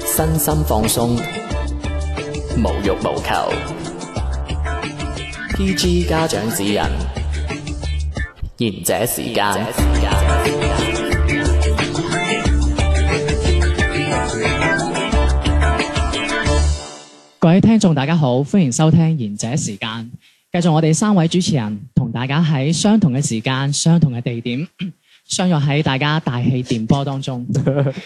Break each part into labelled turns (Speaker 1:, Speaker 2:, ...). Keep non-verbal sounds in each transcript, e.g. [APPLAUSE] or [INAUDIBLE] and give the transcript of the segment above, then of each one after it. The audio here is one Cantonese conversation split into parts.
Speaker 1: 身心放鬆，無欲無求。PG 家長指引，賢者時間。
Speaker 2: 各位聽眾大家好，歡迎收聽賢者時間。繼續我哋三位主持人同大家喺相同嘅時間、相同嘅地點， [CLEARS THROAT] 相約喺大家大氣電波當
Speaker 3: [LAUGHS]
Speaker 2: 中。做乜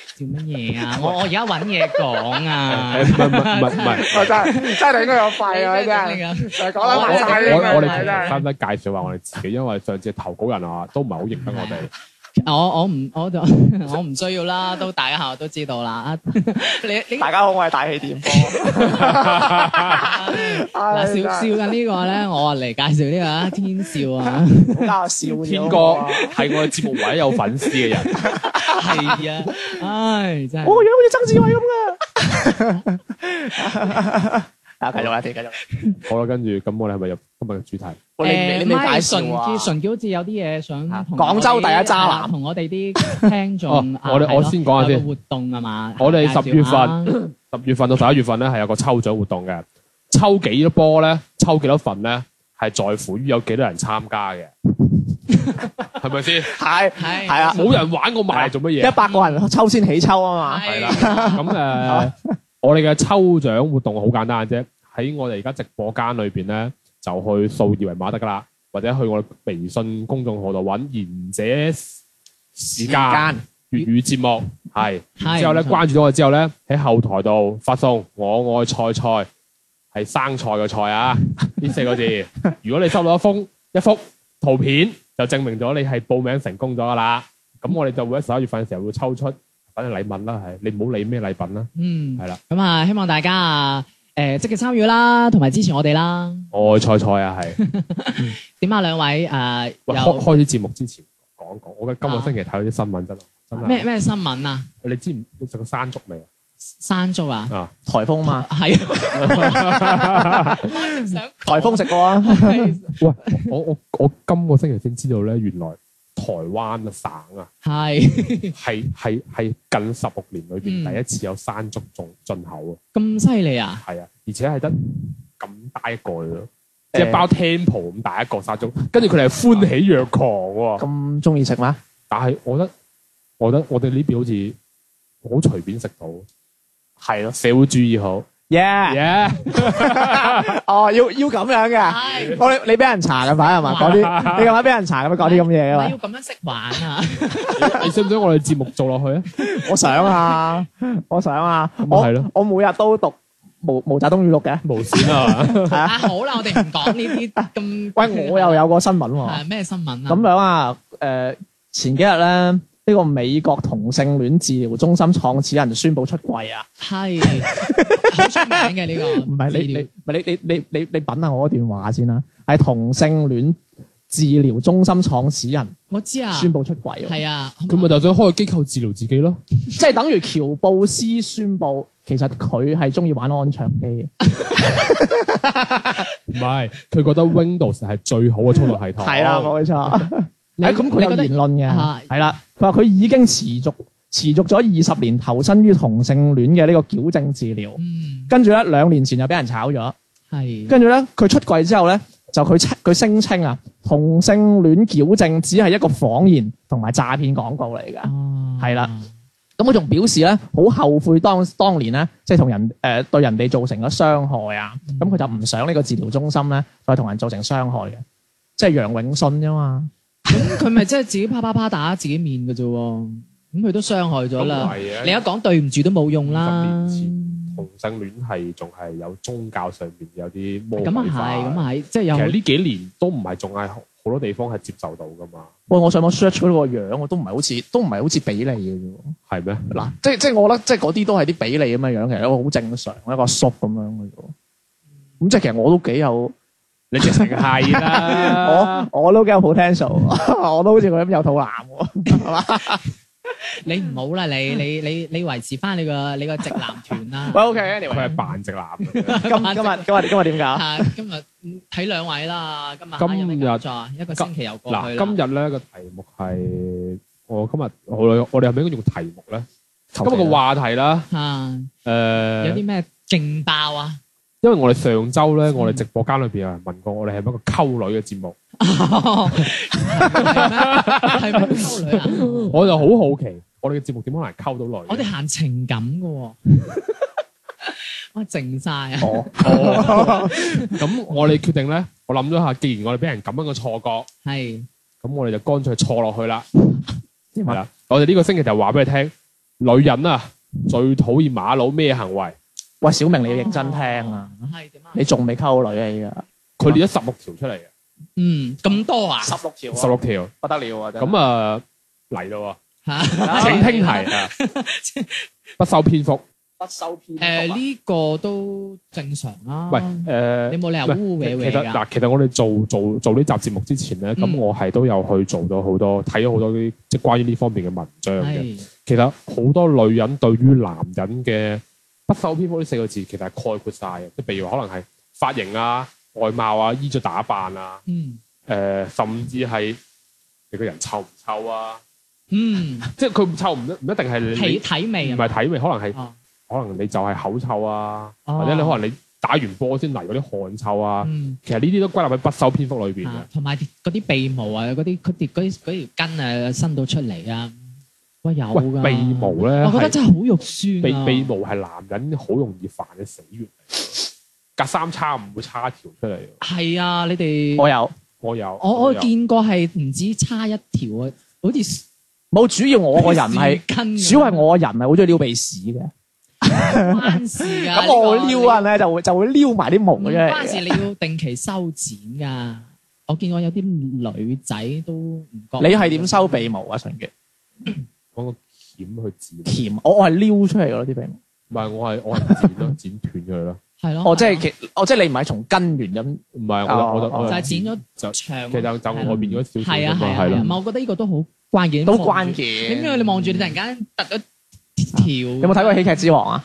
Speaker 2: 嘢啊？我我而家揾嘢講
Speaker 3: [LAUGHS]
Speaker 2: 啊！
Speaker 4: 唔係唔係唔係，
Speaker 3: 我真係真係你應該有肺啊！真係
Speaker 2: 係
Speaker 3: 就係講得埋晒
Speaker 4: 我我哋
Speaker 3: 呢個
Speaker 4: 其
Speaker 3: 真
Speaker 4: 實使
Speaker 3: 係。
Speaker 4: 唔使介紹下我哋自己？因為上次投稿人啊，都唔係好認得我 [LAUGHS] 哋。
Speaker 2: 我我唔我就 [LAUGHS] 我唔需要啦，都大家下都知道啦。 [LAUGHS] 啊你你
Speaker 3: 大家好，我係大氣電波。
Speaker 2: 嗱
Speaker 3: 唉
Speaker 2: 笑笑緊呢個咧，我啊嚟介紹呢個啊天少啊，
Speaker 3: 真係好搞笑嘅
Speaker 4: 天哥係我哋節目唯一有粉絲嘅人，
Speaker 2: [LAUGHS] 係啊，唉真
Speaker 3: 我個
Speaker 2: 係
Speaker 3: 樣好似曾志偉咁噶。啊，繼續啦，你繼續。
Speaker 4: 好啦，跟住咁我哋係咪入今日嘅主題？
Speaker 3: 你未你未
Speaker 2: 純
Speaker 3: 介紹啊？
Speaker 2: 純好似有啲嘢想同
Speaker 3: 廣州第一渣男
Speaker 2: 同我哋啲聽眾
Speaker 4: 哦我哋
Speaker 2: 啊
Speaker 4: 我
Speaker 2: 係咯
Speaker 4: 先講下
Speaker 2: 有個
Speaker 4: 先
Speaker 2: 活動啊嘛，
Speaker 4: 我哋
Speaker 2: 介紹
Speaker 4: 10月份
Speaker 2: 下
Speaker 4: 十月份到十一月份咧係有個抽獎活動嘅，抽幾多波咧，抽幾多份咧，係在乎於有幾多人參加嘅，係咪先？
Speaker 3: 係
Speaker 2: 係
Speaker 3: 係啊，
Speaker 4: 冇人玩我賣嚟做乜嘢
Speaker 3: 一？百個人抽先起抽啊嘛。
Speaker 2: 係
Speaker 4: 係啦，咁誒，呃我哋嘅抽獎活動好簡單啫，喺我哋而家直播間裏邊咧，就去掃二維碼得噶啦，或者去我哋微信公眾號度揾賢者時間粵語節目，係，
Speaker 2: 係
Speaker 4: 之後咧
Speaker 2: 冇錯
Speaker 4: 關注咗我之後咧，喺後台度發送我愛菜菜，係生菜嘅菜啊，呢四
Speaker 2: [LAUGHS]
Speaker 4: 個字。如果你收到一封一幅圖片，就證明咗你係報名成功咗噶啦。咁我哋就會喺十一月份嘅時候會抽出。反正禮物啦，係你唔好理咩禮品啦，
Speaker 2: 嗯
Speaker 4: 係啦，
Speaker 2: 咁啊，希望大家啊誒積極參與啦，同埋支持我哋啦。
Speaker 4: 愛菜菜啊，
Speaker 2: [LAUGHS]
Speaker 4: 係。
Speaker 2: 點啊，兩位誒
Speaker 4: 喂，開
Speaker 2: 有啊
Speaker 4: 開始節目之前講一講，我今個星期睇到啲新聞真係真
Speaker 2: 咩
Speaker 4: 係。
Speaker 2: 咩新聞啊？
Speaker 4: 你知唔你食過山竹未
Speaker 2: [LAUGHS]
Speaker 4: 啊？ [LAUGHS]
Speaker 2: 山竹啊？ [LAUGHS]
Speaker 4: 啊，
Speaker 3: 颱風嘛，
Speaker 2: 係啊，我一直想
Speaker 3: 颱風食過啊。
Speaker 4: 我我我今個星期先知道咧，原來台灣嘅省啊，
Speaker 2: 係
Speaker 4: 係係係近十六年裏
Speaker 2: 嗯
Speaker 4: 邊第一次有山竹進進口
Speaker 2: 咁犀利啊！
Speaker 4: 啊，係啊，而且係得咁大一個咯，
Speaker 3: 誒
Speaker 4: 即係包 temple 咁大一個山竹，跟住佢哋係歡喜若狂喎。
Speaker 3: 咁中意食咩？
Speaker 4: 但係我覺得，我覺得我哋呢邊好似好隨便食到，
Speaker 3: 係咯。
Speaker 4: 社會主義好，
Speaker 3: Yeah。
Speaker 4: 耶！
Speaker 3: [LAUGHS] 哦，要要咁樣嘅。
Speaker 2: 係
Speaker 3: 我你你俾人查嘅牌係嘛？講啲你近排俾人查咁樣講啲咁
Speaker 2: 唔
Speaker 3: 嘢啊
Speaker 2: 係
Speaker 3: 嘛
Speaker 2: 要？咁樣識玩啊！
Speaker 4: 你想唔想我哋節目做落 [LAUGHS] 去啊？
Speaker 3: 我想啊，我想啊，
Speaker 4: 咪
Speaker 3: 我
Speaker 4: 係咯
Speaker 3: 我每日都讀毛毛澤東語錄嘅。
Speaker 4: 無線啊，
Speaker 2: 啊好啦，我哋唔講呢啲咁。
Speaker 3: 喂，我又有個新聞喎、
Speaker 2: 係咩新聞啊？
Speaker 3: 咁樣啊，誒、前幾日咧，呢、個美國同性戀治療中心創始人宣布出櫃啊！
Speaker 2: 係好出名嘅呢個。
Speaker 3: 唔係你你唔係你你你你你品下我嗰段話先啦，係同性戀治療中心創始人
Speaker 2: 我知啊，
Speaker 3: 宣布出櫃喎，
Speaker 2: 係啊，
Speaker 4: 佢咪就想開個機構治療自己咯。
Speaker 3: 即係等於喬布斯宣布其實佢係中意玩安卓機，
Speaker 4: 唔係，佢覺得 Windows 係最好嘅操作系統。
Speaker 3: 係啦，冇錯。
Speaker 2: 你
Speaker 3: 哦 [LAUGHS] 誒咁佢
Speaker 2: 你
Speaker 3: 有
Speaker 2: 覺得
Speaker 3: 言論嘅
Speaker 2: 啊，
Speaker 3: 係啦，佢話佢已經持續持續咗二十年投身於同性戀嘅呢個矯正治療。
Speaker 2: 嗯
Speaker 3: 跟住咧兩年前就俾人炒咗，
Speaker 2: 係
Speaker 3: 跟住咧佢出櫃之後咧，就佢稱佢聲稱啊，同性戀矯正只係一個謊言同埋詐騙廣告嚟㗎。
Speaker 2: 哦
Speaker 3: 係啦咁佢仲表示咧，好後悔當當年咧，即係同人誒、呃、對人哋造成咗傷害啊。咁佢就唔想呢個治療中心咧再同人造成傷害嘅，即係楊永信啫嘛。
Speaker 2: 咁佢咪即係自己啪啪啪打自己面嘅啫喎，咁佢都傷害咗啦。
Speaker 4: 係
Speaker 2: 你一講對唔住都冇用啦。
Speaker 4: 十同性戀係仲係有宗教上面有啲魔鬼
Speaker 2: 咁啊
Speaker 4: 化
Speaker 2: 係，咁啊係，即係
Speaker 4: 其
Speaker 2: 有
Speaker 4: 實呢幾年都唔係仲係好多地方係接受到噶嘛，
Speaker 3: 喂，我上網 search 嗰個樣，我都唔係好似都唔係好似比利嘅啫喎。
Speaker 4: 係咩？
Speaker 3: 嗱，即係即係我覺得即係嗰啲都係啲比例咁嘅樣，其實一個好正常一個叔咁樣嘅啫喎。咁即係其實我都幾有，
Speaker 4: 你直情係
Speaker 2: [LAUGHS]
Speaker 4: 啦
Speaker 3: 我，我都幾有 potential，我 [LAUGHS] 都好似佢咁有肚腩
Speaker 2: [LAUGHS]
Speaker 3: 喎，係嘛？
Speaker 2: 你唔好啦，你你你你維持翻你個你個直男團
Speaker 3: [LAUGHS]
Speaker 2: 啦。
Speaker 3: 喂，OK
Speaker 4: 佢
Speaker 3: anyway，
Speaker 4: 係扮直男。
Speaker 2: [LAUGHS]
Speaker 3: 今今日今日今日點搞？
Speaker 2: 啊，今日嗯睇兩位啦，今日下有咩
Speaker 4: 今日
Speaker 2: 工作？一個星期又過去
Speaker 4: 嗱，
Speaker 2: 啦。
Speaker 4: 今日咧個題目係我今日我哋我哋係咪應該用題目咧？
Speaker 5: 今
Speaker 4: 今日個話題啦，
Speaker 2: 啊，有
Speaker 4: 誒，
Speaker 2: 啲咩勁爆啊？
Speaker 4: 因為我哋上週咧，我哋直播間裏邊有人問過，我哋係咪一個溝女嘅節目，
Speaker 2: 係咩 [LAUGHS] 溝女啊？
Speaker 4: 我就好好奇，我哋嘅節目點可能係溝到女？
Speaker 2: 我哋行情感嘅喎，我靜晒啊！
Speaker 4: 哦，哦咁我哋決定咧，我諗咗下，既然我哋俾人咁樣嘅錯覺，
Speaker 2: 係
Speaker 4: 咁我哋就乾脆錯落去啦。
Speaker 3: 點
Speaker 4: 係
Speaker 3: 啊？
Speaker 4: 啦，我哋呢個星期就話俾你聽，女人啊最討厭馬佬咩行為？
Speaker 3: 喂，小明你要認真聽啊！，
Speaker 2: 係點啊？
Speaker 3: 你仲未溝女啊？
Speaker 4: 佢列咗十六條出嚟嘅，
Speaker 2: 嗯，咁多啊
Speaker 3: 而？家十六條，
Speaker 4: 十六條。
Speaker 3: 不得了啊！真係
Speaker 4: 咁啊嚟咯
Speaker 2: 嚇
Speaker 4: 喎，請聽題
Speaker 2: [LAUGHS]
Speaker 4: 啊，不修篇幅。
Speaker 2: 哦
Speaker 3: 不收片
Speaker 2: 誒呢個都正常啦。
Speaker 4: 喂，
Speaker 2: 你
Speaker 4: 誒。
Speaker 2: 冇理由污歪
Speaker 4: 其
Speaker 2: 歪
Speaker 4: 實
Speaker 2: 㗎。
Speaker 4: 嗱，其實我哋做做做呢集節目之前咧，咁
Speaker 2: 嗯
Speaker 4: 我係都有去做到好多睇咗好多啲即係關於呢方面嘅文章嘅。
Speaker 2: 係
Speaker 4: 其實好多女人對於男人嘅不修邊幅呢四個字，其實係概括晒嘅。即係譬如可能係髮型啊、外貌啊、衣着打扮啊，
Speaker 2: 嗯
Speaker 4: 誒、甚至係你個人臭唔臭啊？
Speaker 2: 嗯，
Speaker 4: 即係佢臭唔一唔一定係
Speaker 2: 體
Speaker 4: 你
Speaker 2: 體味
Speaker 4: 唔
Speaker 2: 啊嘛
Speaker 4: 係。體味，可能係、
Speaker 2: 哦
Speaker 4: 可能你就係口臭啊，
Speaker 2: 哦
Speaker 4: 或者你可能你打完波先嚟嗰啲汗臭啊。
Speaker 2: 嗯
Speaker 4: 其實呢啲都歸納喺不修篇幅裏邊嘅
Speaker 2: 啊。同埋嗰啲鼻毛啊，嗰啲嗰啲嗰啲嗰條筋啊，伸到出嚟啊，喂有
Speaker 4: 喂，
Speaker 2: 㗎。
Speaker 4: 鼻毛咧
Speaker 2: 我覺得
Speaker 4: 係
Speaker 2: 真係好肉酸
Speaker 4: 鼻
Speaker 2: 啊！
Speaker 4: 鼻毛係男人好容易犯嘅死穴嚟嘅，隔三差五會差一條出嚟。
Speaker 2: 係啊，你哋
Speaker 3: 我有
Speaker 4: 我有，
Speaker 2: 我我
Speaker 4: 有
Speaker 2: 見過係唔止差一條啊，好似
Speaker 3: 冇？主要我個人係，
Speaker 2: 跟
Speaker 3: 主要係我個人係好中意撩鼻屎嘅。
Speaker 2: 關事㗎。
Speaker 3: 咁我
Speaker 2: 呢個
Speaker 3: 撩啊咧就會就會撩埋啲毛
Speaker 2: 唔
Speaker 3: 出
Speaker 2: 關
Speaker 3: 嚟。
Speaker 2: 事，你要定期修剪㗎。我見過有啲女仔都唔覺。
Speaker 3: 你係點收鼻毛啊？純潔
Speaker 4: 揾個鉗去剪，
Speaker 3: 鉗，我我係撩出嚟嘅咯啲鼻毛。
Speaker 4: 唔係我係我係剪咯，剪斷咗佢咯。
Speaker 2: 係咯，
Speaker 3: 哦，即係其，哦即係你唔係從根源咁。
Speaker 4: 唔係我就我就
Speaker 3: 哦
Speaker 4: 我
Speaker 2: 就係
Speaker 4: 就
Speaker 2: 剪咗
Speaker 4: 就
Speaker 2: 長。
Speaker 4: 其實就外邊嗰少少
Speaker 2: 嗯係
Speaker 4: 咁
Speaker 2: 啊係
Speaker 4: 嘛，
Speaker 2: 啊
Speaker 4: 係
Speaker 2: 係啊，唔
Speaker 4: 咯。
Speaker 2: 係我覺得呢個都好關鍵。
Speaker 3: 都
Speaker 2: 你望住
Speaker 3: 關。
Speaker 2: 你
Speaker 3: 鍵。
Speaker 2: 知唔知你望住你突然間突咗條？
Speaker 3: 有
Speaker 2: 有
Speaker 3: 冇睇過《喜劇之王》啊？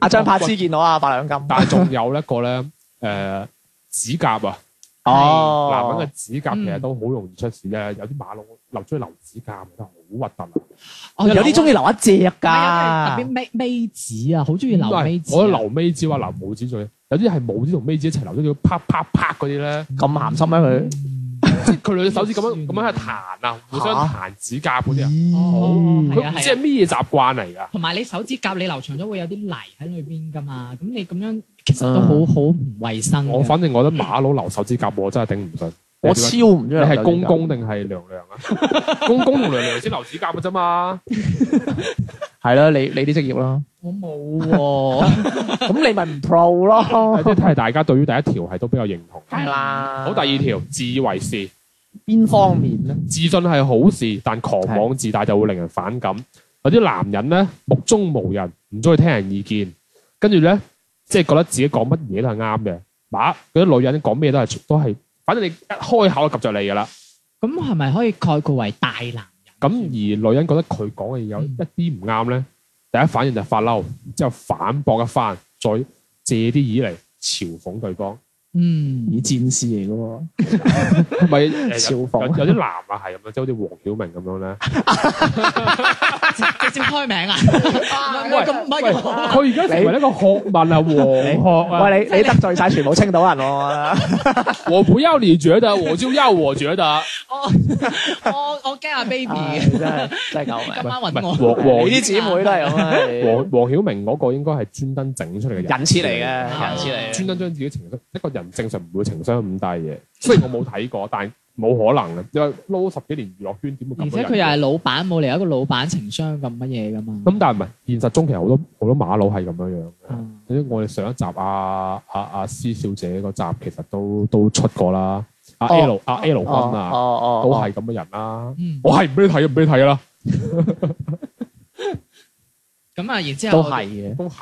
Speaker 3: 阿張柏芝見到啊，白兩金。
Speaker 4: 但係仲有一個咧，誒指甲啊，
Speaker 2: 哦
Speaker 4: 男人嘅指
Speaker 2: 嗯
Speaker 4: 甲其實都好容易出事咧。有啲馬佬留出去留指甲，覺得好核突啊。
Speaker 2: 哦
Speaker 3: 有啲中意留一隻
Speaker 2: 係啊特。
Speaker 3: 㗎
Speaker 2: 別尾尾指啊，好中意
Speaker 4: 因
Speaker 2: 留尾
Speaker 4: 為
Speaker 2: 指啊。
Speaker 4: 我覺得留尾指或留拇指最，有啲係拇指同尾指一齊留咗，叫啪啪啪嗰啲咧，
Speaker 3: 咁鹹心咩佢？
Speaker 4: 即係佢兩隻手指咁樣咁樣喺度彈啊，互相彈指甲嗰啲啊。
Speaker 2: 哦，係啊
Speaker 4: 佢唔知
Speaker 2: 係
Speaker 4: 係
Speaker 2: 啊。
Speaker 4: 咩習慣嚟㗎。
Speaker 2: 同埋你手指甲你留長咗會有啲泥喺裏邊㗎嘛，咁你咁樣其實都好好唔衞生嘅。
Speaker 4: 我反正我覺得馬佬留手指甲我真係頂唔順。
Speaker 3: 嗯我啊超唔中意。
Speaker 4: 你係公公？定係娘娘啊？ [LAUGHS] 公公同娘娘先留指甲嘅啫嘛。
Speaker 3: 係啦，你你啲職業啦。
Speaker 2: 我冇喎。
Speaker 3: 喎，咁你咪唔 pro 咯
Speaker 4: 即。係睇下大家對於第一條係都比較認同。
Speaker 3: 哦係啊啦。
Speaker 4: 好，第二條自以為是，
Speaker 3: 邊方面咧？
Speaker 4: 自信係好事，但狂妄自大就會令人反感。有啲男人咧目中無人，唔中意聽人意見，跟住咧即係覺得自己講乜嘢都係啱嘅。嗱，嗰啲女人講咩都係都係，反正你一開口就及着你㗎啦。
Speaker 2: 咁係咪可以概括為大男？
Speaker 4: 咁而女人覺得佢講嘅嘢有
Speaker 3: 嗯
Speaker 4: 一啲唔啱咧，第一反應就發嬲，然之後反駁一番，再借啲耳嚟嘲諷對方。
Speaker 2: 嗯，
Speaker 3: [LAUGHS] 以戰士嚟嘅喎。
Speaker 4: 唔係 [LAUGHS] 誒有
Speaker 3: 嘲諷
Speaker 4: 有有啲男啊係咁樣，即係好似黃曉明咁樣
Speaker 3: [LAUGHS]
Speaker 4: 咧。
Speaker 2: 直接開名啊！唔
Speaker 4: 喂
Speaker 2: 係咁，唔係
Speaker 4: 喂，
Speaker 2: 咁
Speaker 4: 佢而家成為一個學問啊，黃學啊。
Speaker 3: 喂，你你得罪晒全部青島人喎。
Speaker 4: 我不要你覺得，我就要我覺得。
Speaker 2: 我我驚阿 baby
Speaker 3: 唉真係真係救
Speaker 2: 今晚
Speaker 3: 命！
Speaker 4: 唔
Speaker 2: 揾
Speaker 4: 係黃
Speaker 2: 我，
Speaker 4: 黃
Speaker 3: 你啲姊妹都係咁啊
Speaker 4: 黃黃曉明嗰個應該係專登整出嚟嘅
Speaker 3: 人設嚟嘅，人
Speaker 2: 人設
Speaker 3: 設嚟
Speaker 2: 嚟
Speaker 3: 嘅。
Speaker 4: 專登將自己情商，一個人正常唔會情商咁低嘅。雖然我冇睇過，但係冇可能嘅，啊因為撈十幾年娛樂圈點會
Speaker 2: 而
Speaker 4: 咁多
Speaker 2: 且
Speaker 4: 人嘅？
Speaker 2: 佢又係老闆，冇理由一個老闆情商咁乜嘢㗎嘛。
Speaker 4: 咁但係唔係現實中其實好多好多馬佬係咁樣樣嘅。
Speaker 2: 嗯
Speaker 4: 因為我哋上一集啊啊啊施小姐嗰集其實都都出過啦。阿
Speaker 3: 哦
Speaker 4: L 阿 L 君
Speaker 3: 哦
Speaker 4: 啊，
Speaker 3: 哦，
Speaker 4: 都係咁嘅人啦。
Speaker 2: 嗯，
Speaker 4: 我係唔俾你睇嘅，唔俾你睇啦。
Speaker 2: 咁啊，然之後
Speaker 3: 都係嘅。
Speaker 4: 都係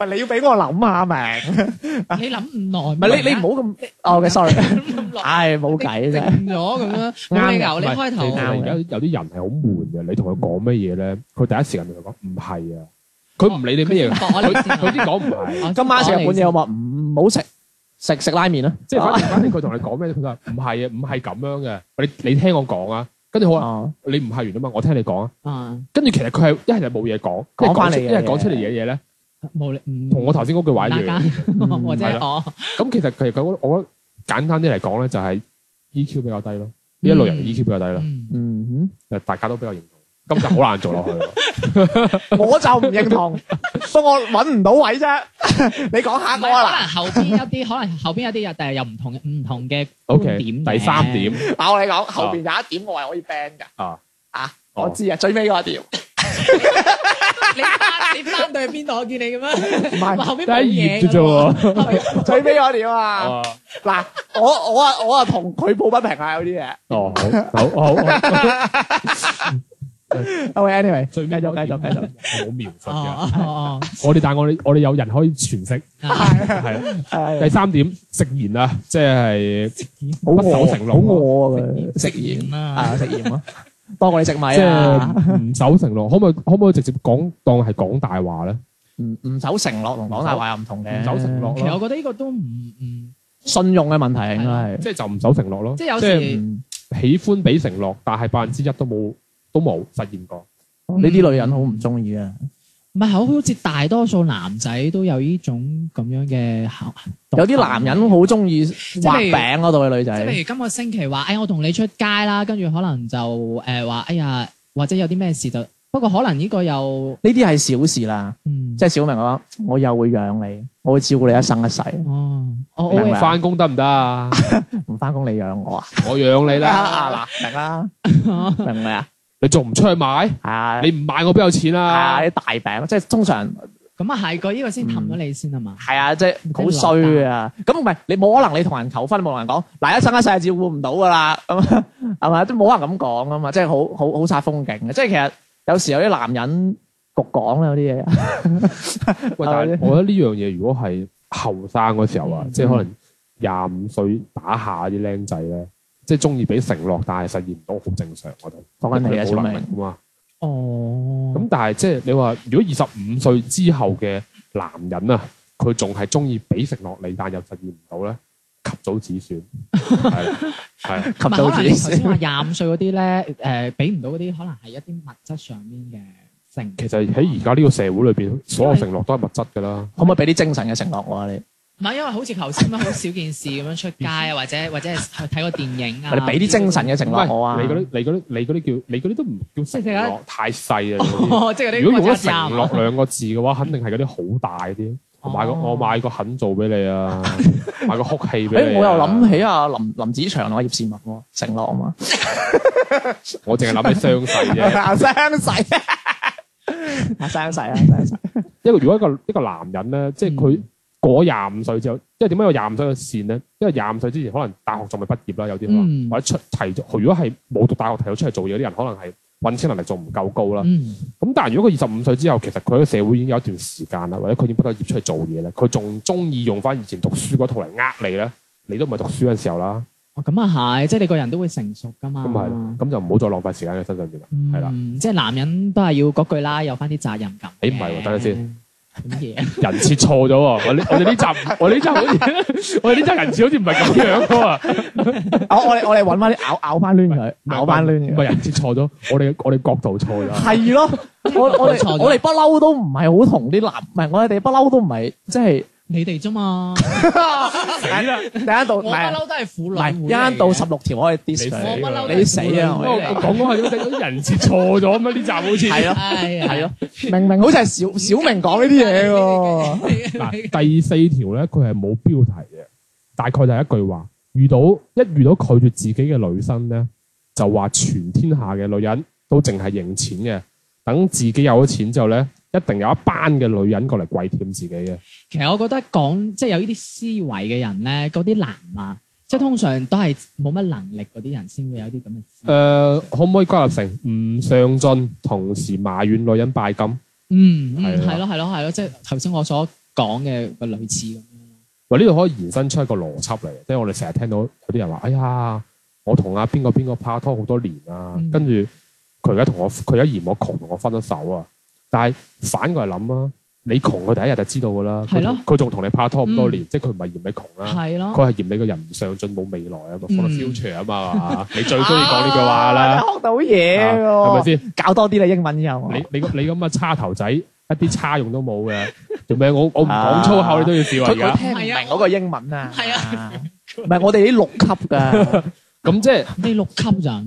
Speaker 3: [LAUGHS] 喂，你要俾我諗下明？
Speaker 2: 你諗唔耐，唔
Speaker 3: 唔係你你唔好咁。
Speaker 2: Ờ,
Speaker 3: 哦
Speaker 2: [LAUGHS]
Speaker 3: ，sorry。[LAUGHS]
Speaker 2: 咁耐
Speaker 3: 唉，冇計真係。
Speaker 2: 定咗咁樣，冇理由你
Speaker 4: 唔係
Speaker 2: 開
Speaker 4: 其實
Speaker 2: 頭
Speaker 4: 而家有啲人係好悶嘅，你同佢講乜嘢咧，佢第一時間就講唔係啊，佢唔理你乜嘢，
Speaker 2: 我
Speaker 4: 佢
Speaker 2: 你
Speaker 4: 佢先講唔
Speaker 2: [LAUGHS]
Speaker 4: 係，
Speaker 2: 我
Speaker 3: 今晚食日本嘢好嘛？唔好食食食拉麵啦。
Speaker 4: à. 即係反正反正佢同你講咩，佢就話唔係啊，唔係咁樣嘅，你你聽我講啊，跟
Speaker 3: Ờ.
Speaker 4: 住好啦，
Speaker 3: 哦，
Speaker 4: 你唔係完啊嘛，我聽你講啊。
Speaker 2: 啊，
Speaker 4: 跟住其實佢係一係就冇嘢講，
Speaker 3: 講返
Speaker 4: 一
Speaker 3: 你嘅
Speaker 4: 係
Speaker 3: 嘢
Speaker 4: 講出嚟嘅嘢咧，
Speaker 2: 冇唔
Speaker 4: 同我頭先嗰句話一
Speaker 2: 大
Speaker 4: 樣
Speaker 2: 家。 [LAUGHS]
Speaker 3: 嗯
Speaker 2: 或者
Speaker 4: 係
Speaker 2: 我
Speaker 4: 咁其實其實佢我覺得簡單啲嚟講咧，就係 EQ 比較低咯，呢
Speaker 2: Ừ.
Speaker 4: 一類人嘅 EQ 比較低咯，
Speaker 2: 嗯
Speaker 3: 嗯
Speaker 4: 就大家都比較認同，咁就好難做落去咯。
Speaker 3: 哼，我就唔認同，不過我揾唔到位啫。你講下
Speaker 2: 唔係
Speaker 3: 我
Speaker 2: 可能
Speaker 3: 啦，
Speaker 2: 後邊一啲，可能後邊一啲又但係又唔同嘅唔同嘅
Speaker 4: O
Speaker 2: 觀
Speaker 4: K，
Speaker 2: 點嘅
Speaker 4: 第三點，
Speaker 3: 嗱我你講後邊有一點我係可以 ban 㗎。
Speaker 4: 啊
Speaker 3: 啊，
Speaker 4: 哦
Speaker 3: 我知啊，最尾嗰條唔
Speaker 2: 你翻你翻對邊度？我見你咁樣，
Speaker 3: 係
Speaker 2: 後邊
Speaker 4: 第
Speaker 2: 冇
Speaker 4: 一
Speaker 2: 嘢㗎
Speaker 4: 頁啫啫
Speaker 2: 喎。
Speaker 4: 喎。
Speaker 3: 最尾嗰條啊。
Speaker 4: 啊
Speaker 3: 嗱，我我啊我啊同佢抱不平啊，有啲嘢。
Speaker 4: 哦，好好好，
Speaker 3: OK，anyway，
Speaker 4: 最
Speaker 3: 繼
Speaker 4: 尾
Speaker 3: 續繼續繼續。啊
Speaker 4: 續，冇描述嘅。
Speaker 2: 哦哦
Speaker 4: 我哋但係我哋我哋有人可以詮釋，
Speaker 2: 哦，
Speaker 4: 係啦。
Speaker 3: 係啊
Speaker 4: 第三點食言啊，即係
Speaker 3: 好
Speaker 4: 不守
Speaker 3: 餓，
Speaker 4: 承諾啊
Speaker 3: 好餓啊佢！食鹽
Speaker 2: 點啊？
Speaker 3: 啊，食鹽啊，多過你食米
Speaker 4: 即
Speaker 3: 啊！
Speaker 4: 係唔守承諾，可唔可以可唔可以直接講當係講大話咧？
Speaker 3: 唔唔守承諾同講大話又唔同嘅，
Speaker 4: 唔守承諾
Speaker 2: 其實
Speaker 4: 咯，
Speaker 2: 我覺得呢個都唔唔，
Speaker 3: 信用嘅問題應該係
Speaker 4: 即係就唔守承諾咯。
Speaker 2: 即係有
Speaker 4: 係
Speaker 2: 時
Speaker 3: 嗯
Speaker 4: 喜歡俾承諾，但係百分之一都冇都冇實現過。
Speaker 3: 呢啲女人好唔中意啊！
Speaker 2: 唔係好好似大多數男仔都有呢種咁樣嘅行
Speaker 3: 嗯有啲男人好中意畫
Speaker 2: 係
Speaker 3: 餅嗰度嘅女
Speaker 2: 即係譬
Speaker 3: 仔，
Speaker 2: 如今個星期話，誒、哎我同你出街啦，跟住可能就誒話、哎呀，或者有啲咩事就，不過可能呢個又，
Speaker 3: 呢啲係小事啦。
Speaker 2: 嗯，
Speaker 3: 即係小明講，我又會養你，我會照顧你一生一世，
Speaker 2: 哦，我我
Speaker 3: 明白
Speaker 2: 會
Speaker 3: 啊
Speaker 4: 翻工得唔得啊？
Speaker 3: 唔翻工你養我啊？
Speaker 4: 我養
Speaker 2: [LAUGHS]
Speaker 4: 你啦，
Speaker 3: 啊嗱，明啦，明唔明啊？
Speaker 4: 你仲唔出去買？
Speaker 3: 係啊，
Speaker 4: 你唔買我邊有錢啊
Speaker 3: 啊？啲大餅，即係通常
Speaker 2: 咁啊係個呢個先氹咗你先啊嘛，
Speaker 3: 係啊，即係好衰啊！咁唔係你冇可能你同人求婚，冇同人講嗱一生一世照顧唔到噶啦，咁啊 [LAUGHS] 係嘛？都冇可能咁講噶嘛，即係好好好煞風景嘅。即係其實有時有啲男人局講啦，啊有啲嘢 [LAUGHS]
Speaker 4: 喂，但係我覺得呢樣嘢如果係後生嗰時候啊，
Speaker 2: 嗯
Speaker 4: 即係可能廿五歲打下啲僆仔咧，即係中意俾承諾，但係實現唔到，好正常。我覺得
Speaker 3: 講緊你啊，
Speaker 4: 因為
Speaker 3: 小
Speaker 4: 冇能力
Speaker 3: 明。嗯
Speaker 4: 啊嘛。
Speaker 2: 哦，
Speaker 4: 咁但係即係你話，如果二十五歲之後嘅男人啊，佢仲係中意俾承諾你，但又實現唔到咧，及早止損。係
Speaker 3: [LAUGHS]
Speaker 4: 啦係啊啦
Speaker 3: 及
Speaker 2: 唔係
Speaker 3: 到
Speaker 2: 可能
Speaker 3: 自
Speaker 2: 你
Speaker 3: 己
Speaker 2: 頭先話 [LAUGHS]
Speaker 3: 先。
Speaker 2: 廿五歲嗰啲咧，誒俾唔到嗰啲，可能係一啲物質上面嘅性，
Speaker 4: 其實喺而家呢個社會裏邊，所有承諾都係物質㗎啦。
Speaker 3: 可唔可以俾啲精神嘅承諾我啊？你
Speaker 2: 唔係因為好似頭先咁樣好少件事咁樣出街啊，或者或者係去睇個電影啊，
Speaker 3: 你嗯俾啲精神嘅承諾我啊
Speaker 4: 喂！你嗰啲你嗰啲你嗰啲叫你嗰啲都唔叫承
Speaker 2: 即係嗰
Speaker 4: 諾，太細啊啦。嗰啲
Speaker 2: 哦，即係嗰啲
Speaker 4: 如果用
Speaker 2: 物
Speaker 4: 咗
Speaker 2: 質
Speaker 4: 承
Speaker 2: 啊
Speaker 4: 諾兩個字嘅話，肯定係嗰啲好大啲。我買個
Speaker 2: 哦
Speaker 4: 我買個肯做俾你
Speaker 3: [LAUGHS]
Speaker 4: 啊，買個哭戲俾
Speaker 3: 誒，
Speaker 4: 你。
Speaker 3: 我又諗起，啊林林子祥啊葉倩文喎，承諾啊嘛，
Speaker 4: 我淨係諗起傷勢
Speaker 3: [LAUGHS]
Speaker 4: 啫。
Speaker 3: 生仔 [LAUGHS] 啊，生仔啊，生仔，
Speaker 4: 因為如果一個一個男人咧，即係
Speaker 3: 嗯
Speaker 4: 佢過廿五歲之後，因為點解有廿五歲嘅線咧？因為廿五歲之前可能大學仲未畢業啦，有啲可能
Speaker 2: 嗯
Speaker 4: 或者出提早，如果係冇讀大學提早出嚟做嘢嗰啲人，可能係揾錢能力仲唔夠高啦。
Speaker 2: 嗯
Speaker 4: 咁但係如果佢二十五歲之後，其實佢喺社會已經有一段時間啦，或者佢已經畢咗業出嚟做嘢啦，佢仲中意用翻以前讀書嗰套嚟呃你咧，你都唔係讀書嘅時候啦，
Speaker 2: 哦，咁啊係，即係你個人都會成熟噶嘛。
Speaker 4: 咁
Speaker 3: 啊
Speaker 4: 咪係
Speaker 3: 哦
Speaker 4: 咯咁就唔好再浪費時間喺佢身上邊啦，
Speaker 2: 嗯
Speaker 4: 係啦，
Speaker 2: 即係男人都係要嗰句啦，有翻啲責任感
Speaker 3: 哎
Speaker 2: 嘅。
Speaker 4: 誒唔係喎等陣先
Speaker 2: 咁嘢， [LAUGHS]
Speaker 4: 人設錯咗喎，我哋我哋呢集我哋呢集好似我哋呢集人設好似唔係咁樣嘅喎，
Speaker 3: [LAUGHS] 我哦我哋我哋揾翻啲咬咬翻攣佢，咬翻攣
Speaker 4: 唔
Speaker 3: 佢
Speaker 4: 係。人設錯咗，我哋我哋角度錯咗，
Speaker 3: 係咯， [LAUGHS] 我我
Speaker 2: 冇錯
Speaker 3: 哋
Speaker 2: 嘅
Speaker 3: 我哋不嬲都唔係好同啲男，唔係我哋不嬲都唔係即係
Speaker 2: 你哋啫嘛。
Speaker 4: 死啦！
Speaker 3: 第一到
Speaker 2: 我
Speaker 3: 唔
Speaker 2: 不
Speaker 3: 係
Speaker 2: 嬲都係
Speaker 3: 唔
Speaker 2: 婦女
Speaker 3: 係一
Speaker 2: 會嚟嘅。
Speaker 3: 間到十六條可以 diss
Speaker 4: 你
Speaker 2: 我
Speaker 3: 佢
Speaker 2: 不，嬲都係
Speaker 3: 你死啊！
Speaker 2: 婦
Speaker 3: 我
Speaker 2: 女
Speaker 3: 哋
Speaker 2: 嚟
Speaker 4: 講講下點解人設錯咗咩？呢集好似
Speaker 3: 係咯啊
Speaker 2: 係啊
Speaker 3: 係咯，明明好似
Speaker 4: [LAUGHS]
Speaker 3: 係小小明講呢啲嘢喎，
Speaker 2: [LAUGHS]
Speaker 4: 嗱，第四條咧，佢係冇標題嘅，大概就係一句話：遇到一遇到拒絕自己嘅女生咧，就話全天下嘅女人都淨係認錢嘅，等自己有咗錢之後咧，一定有一班嘅女人過嚟跪舔自己嘅。
Speaker 2: 其實我覺得講即係有呢啲思維嘅人咧，嗰啲男啊，即係通常都係冇乜能力嗰啲人先會有啲咁嘅思
Speaker 4: 誒、
Speaker 2: 維。
Speaker 4: 呃可唔可以歸納成唔上進，同時埋怨女人拜金？
Speaker 2: 嗯，嗯
Speaker 4: 係啊
Speaker 2: 係咯係咯係咯，即係頭先我所講嘅個類似咁。
Speaker 4: 喂，呢度可以延伸出一個邏輯嚟，即係我哋成日聽到有啲人話：哎呀，我同阿邊個邊個拍拖好多年啊，
Speaker 2: 嗯
Speaker 4: 跟住佢而家同我，佢而家嫌我窮，同我分咗手啊。但係反過嚟諗啊，你窮，佢第一日就知道噶啦。佢
Speaker 2: 係咯嗯
Speaker 4: 同佢仲同你拍拖咁多年，即係佢唔係嫌你窮
Speaker 3: 啊
Speaker 4: 啦，
Speaker 2: 係咯，
Speaker 4: 佢係嫌你個人唔上進，冇未來啊嘛，for
Speaker 2: 嗯
Speaker 4: the
Speaker 2: 啊
Speaker 4: future 啊
Speaker 2: [LAUGHS]
Speaker 4: 嘛，你最中意講呢句話啦，啊
Speaker 3: 學到嘢
Speaker 4: 係咪
Speaker 3: 喎，
Speaker 4: 先？
Speaker 3: 搞多啲你英文之後，
Speaker 4: 你你咁你咁嘅叉頭仔，一啲叉用都冇嘅，做咩？我我唔講粗口，你都要笑啊！
Speaker 3: 佢
Speaker 4: 而家
Speaker 3: 佢聽唔明嗰個英文啊，
Speaker 2: 係啊，
Speaker 3: 唔係我哋啲六級
Speaker 4: [LAUGHS]
Speaker 3: 㗎，
Speaker 4: 咁即係
Speaker 2: 你六級咋？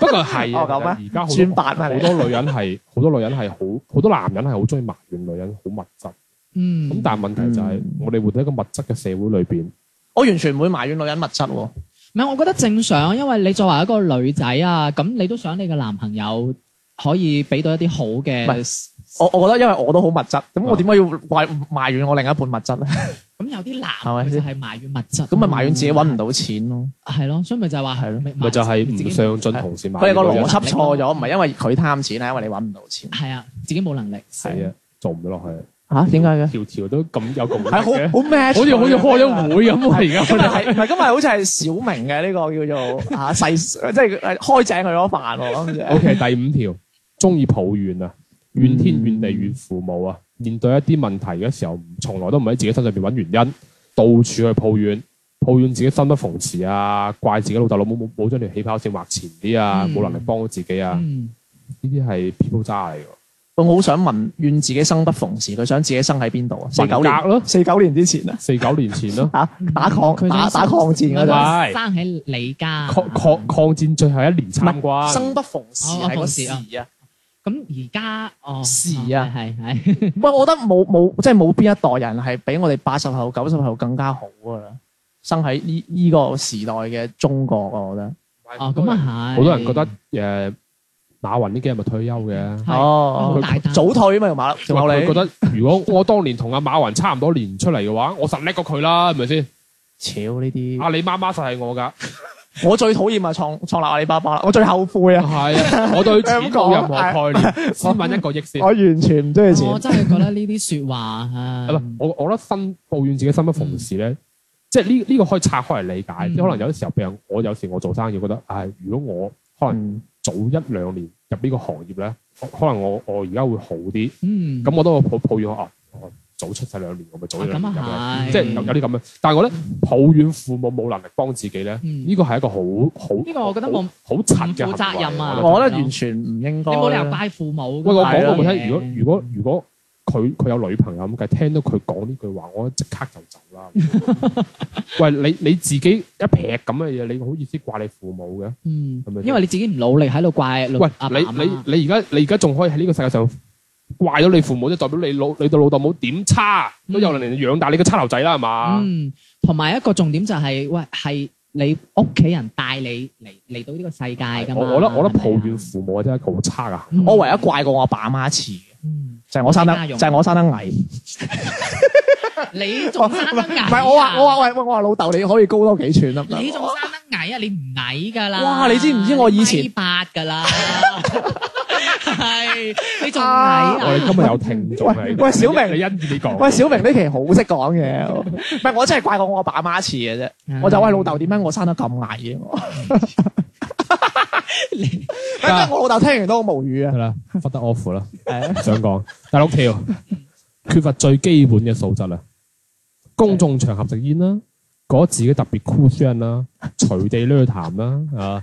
Speaker 4: 不過係
Speaker 3: 哦咁
Speaker 4: 啊
Speaker 3: 啊
Speaker 4: 而家好
Speaker 3: 專八啊
Speaker 4: 好
Speaker 3: 你，
Speaker 4: 多女人係好多女人係好好多男人係好中意埋怨女人好物質，
Speaker 2: 嗯，
Speaker 4: 咁但係問題就係
Speaker 3: 嗯
Speaker 4: 我哋活喺一個物質嘅社會裏邊，
Speaker 3: 我完全唔會埋怨女人物質喎，
Speaker 2: 唔係，我覺得正常，啊因為你作為一個女仔啊，咁你都想你嘅男朋友可以俾到一啲好嘅
Speaker 3: 唔，我我覺得因為我都好物質，咁我點解要怪埋怨我另一半物質咧？
Speaker 2: 咁有啲男
Speaker 3: 係
Speaker 2: 佢
Speaker 3: 咪
Speaker 2: 就
Speaker 3: 先
Speaker 2: 係埋怨物質，啊
Speaker 3: 咁咪埋怨自己揾唔到錢咯。
Speaker 2: 係咯，所以咪就係話
Speaker 3: 係咯
Speaker 4: 咪就係
Speaker 2: 自己
Speaker 4: 唔上進同時埋
Speaker 3: 嗯佢哋
Speaker 4: 怨
Speaker 3: 個
Speaker 4: 女
Speaker 3: 邏
Speaker 4: 人
Speaker 3: 輯錯咗，唔係因為佢貪錢，啊係因為你揾唔到錢。
Speaker 2: 係啊，自己冇能力，
Speaker 4: 死啊，做唔到落去，
Speaker 3: 嚇點解嘅？
Speaker 4: 條條都咁有共鳴
Speaker 3: 係好
Speaker 4: 嘅，
Speaker 3: 好 match，
Speaker 4: 好似好似開
Speaker 3: 㗎
Speaker 4: 咗會咁啊！而家我哋
Speaker 3: 今日係唔係今日好似係小明嘅呢個叫做啊細， [LAUGHS] 即係開正佢嗰飯喎。咁就
Speaker 4: O K，第五條，中意抱怨啊，怨天
Speaker 2: 嗯
Speaker 4: 怨地怨父母啊，面對一啲問題嘅時候，從來都唔喺自己身上邊揾原因，到處去抱怨，抱怨自己生不逢時啊，怪自己老豆老母冇冇將條起跑線畫前啲啊，
Speaker 2: 嗯
Speaker 4: 冇能力幫到自己啊，
Speaker 2: 嗯，
Speaker 4: 呢啲係 people 渣嚟㗎，
Speaker 3: 我好想問，怨自己生不逢時，佢想自己生喺邊度啊？四九
Speaker 4: 文
Speaker 3: 年
Speaker 4: 革咯，
Speaker 3: 四九年之前啊，，
Speaker 4: 四九年前
Speaker 2: [LAUGHS]
Speaker 4: 咯
Speaker 3: 打打抗
Speaker 2: 佢
Speaker 3: 打
Speaker 2: 想
Speaker 3: 打抗戰嗰陣，
Speaker 4: 係
Speaker 2: 生喺你家，
Speaker 4: 抗抗抗戰最後一年參軍，
Speaker 3: 生不逢時
Speaker 2: 哦
Speaker 3: 係個
Speaker 2: 逢時啊
Speaker 3: 時啊。
Speaker 2: 咁而家哦，
Speaker 3: 時啊
Speaker 2: 係係係
Speaker 3: 唔係，我覺得冇冇即係冇邊一代人係比我哋八十後、九十後更加好噶啦。生喺呢呢個時代嘅中國，我覺得。
Speaker 2: 哦，咁啊係，
Speaker 4: 好多人覺得誒馬雲呢幾日咪退休嘅。
Speaker 2: 係
Speaker 3: 哦
Speaker 2: 好大膽，
Speaker 3: 早退啊嘛，馬仲有
Speaker 4: 佢
Speaker 3: 你
Speaker 4: 覺得如果我當年同阿馬雲差唔多年出嚟嘅話，我實叻過佢啦，係咪先？
Speaker 3: 超呢
Speaker 2: 嗯
Speaker 3: 啲，
Speaker 4: 阿里媽媽實係
Speaker 2: [LAUGHS]
Speaker 4: 我㗎，
Speaker 3: 我最討厭咪創創立阿里巴巴啦，我最後悔啊！
Speaker 4: 係啊，我對錢
Speaker 3: 你咁
Speaker 4: 冇
Speaker 3: 講
Speaker 4: 任何概
Speaker 2: 哎
Speaker 4: 念，先揾一個億先
Speaker 3: 我。完全唔中意錢，
Speaker 2: 我真係覺得呢啲説話
Speaker 4: 唔
Speaker 2: 啊，
Speaker 4: 係我我覺得生抱怨自己生不逢時咧，即係呢呢個可以拆開嚟理解。
Speaker 2: 嗯
Speaker 4: 即係可能有啲時候，譬如我有時我做生意，覺得唉，如果我可能
Speaker 3: 嗯
Speaker 4: 早一兩年入呢個行業咧，可可能我我而家會好啲。
Speaker 2: 嗯，
Speaker 4: 咁我都會抱抱怨我啊，我早出世兩年，我咪早
Speaker 2: 啊
Speaker 4: 咗兩年
Speaker 2: 咁
Speaker 4: 入啦。
Speaker 2: 啊係，
Speaker 4: 即係有有啲咁嘅。但係我咧抱怨父母冇能力幫自己咧，
Speaker 2: 嗯
Speaker 4: 呢個係一個好好
Speaker 2: 呢個我覺得冇
Speaker 4: 好柒嘅
Speaker 2: 唔負責任啊
Speaker 4: 行為
Speaker 3: 我覺得完全唔應該。
Speaker 2: 你冇理由怪父母㗎
Speaker 4: 喂，我
Speaker 2: 嘛。
Speaker 4: 講
Speaker 3: 係
Speaker 4: 過
Speaker 3: 啊
Speaker 4: 冇聽，如果如果如果佢佢有女朋友咁計，聽到佢講呢句話，我即刻就走啦。
Speaker 3: [LAUGHS]
Speaker 4: 喂，你你自己一劈咁嘅嘢，你好意思怪你父母嘅？
Speaker 2: 嗯
Speaker 4: 係咪，先
Speaker 2: 因為你自己唔努力喺度怪老
Speaker 4: 喂
Speaker 2: 阿，爸
Speaker 4: 你
Speaker 2: 媽
Speaker 4: 你你而家你而家仲可以喺呢個世界上怪咗你父母，即係代表你老你對老豆母點差都有能力養大你個差頭仔啦，係嘛？
Speaker 2: 嗯，同埋一個重點就係、喂，係你屋企人帶你嚟嚟到呢個世界㗎嘛。
Speaker 4: 我我覺得我覺得
Speaker 2: 係
Speaker 4: 抱
Speaker 2: 咪啊
Speaker 4: 怨父母真係一個好差嘅行
Speaker 2: 嗯
Speaker 4: 為。
Speaker 3: 我唯一怪過我阿爸阿媽一次嘅，
Speaker 4: [LAUGHS]
Speaker 2: 嗯
Speaker 3: 就係我生得
Speaker 2: 家用
Speaker 3: 就係我生得
Speaker 2: 哎
Speaker 3: 矮。
Speaker 2: 你
Speaker 3: 我
Speaker 2: 仲
Speaker 4: [LAUGHS]
Speaker 3: 唔
Speaker 2: 生得矮啊？
Speaker 3: 係我話我話喂喂我話老豆你可以高多幾寸得唔得？
Speaker 2: 你仲生得矮啊？你唔矮㗎啦。
Speaker 3: 哇你知唔知我以前
Speaker 2: 米八㗎啦？係你仲矮啊？
Speaker 4: 我哋今日有聽眾
Speaker 3: 喂
Speaker 4: 係
Speaker 3: 喂小明
Speaker 4: 你因住你講，
Speaker 3: 喂，小明呢期好識講嘢，唔係我真係怪過我阿爸阿媽一次嘅啫。
Speaker 2: 嗯
Speaker 4: 嗯
Speaker 3: 我就喂老豆，點解我生得咁
Speaker 4: [LAUGHS]
Speaker 3: 矮嘅？我因為我老豆聽完都好無
Speaker 4: [LAUGHS]
Speaker 3: 語啊
Speaker 4: 係啦，忽得 off 啦，
Speaker 3: 係啊！
Speaker 4: 想講第六條，缺乏最基本嘅素質啊！公眾場合食煙啦，覺得自己特別 cool 張啦，隨地掠痰啦，啊，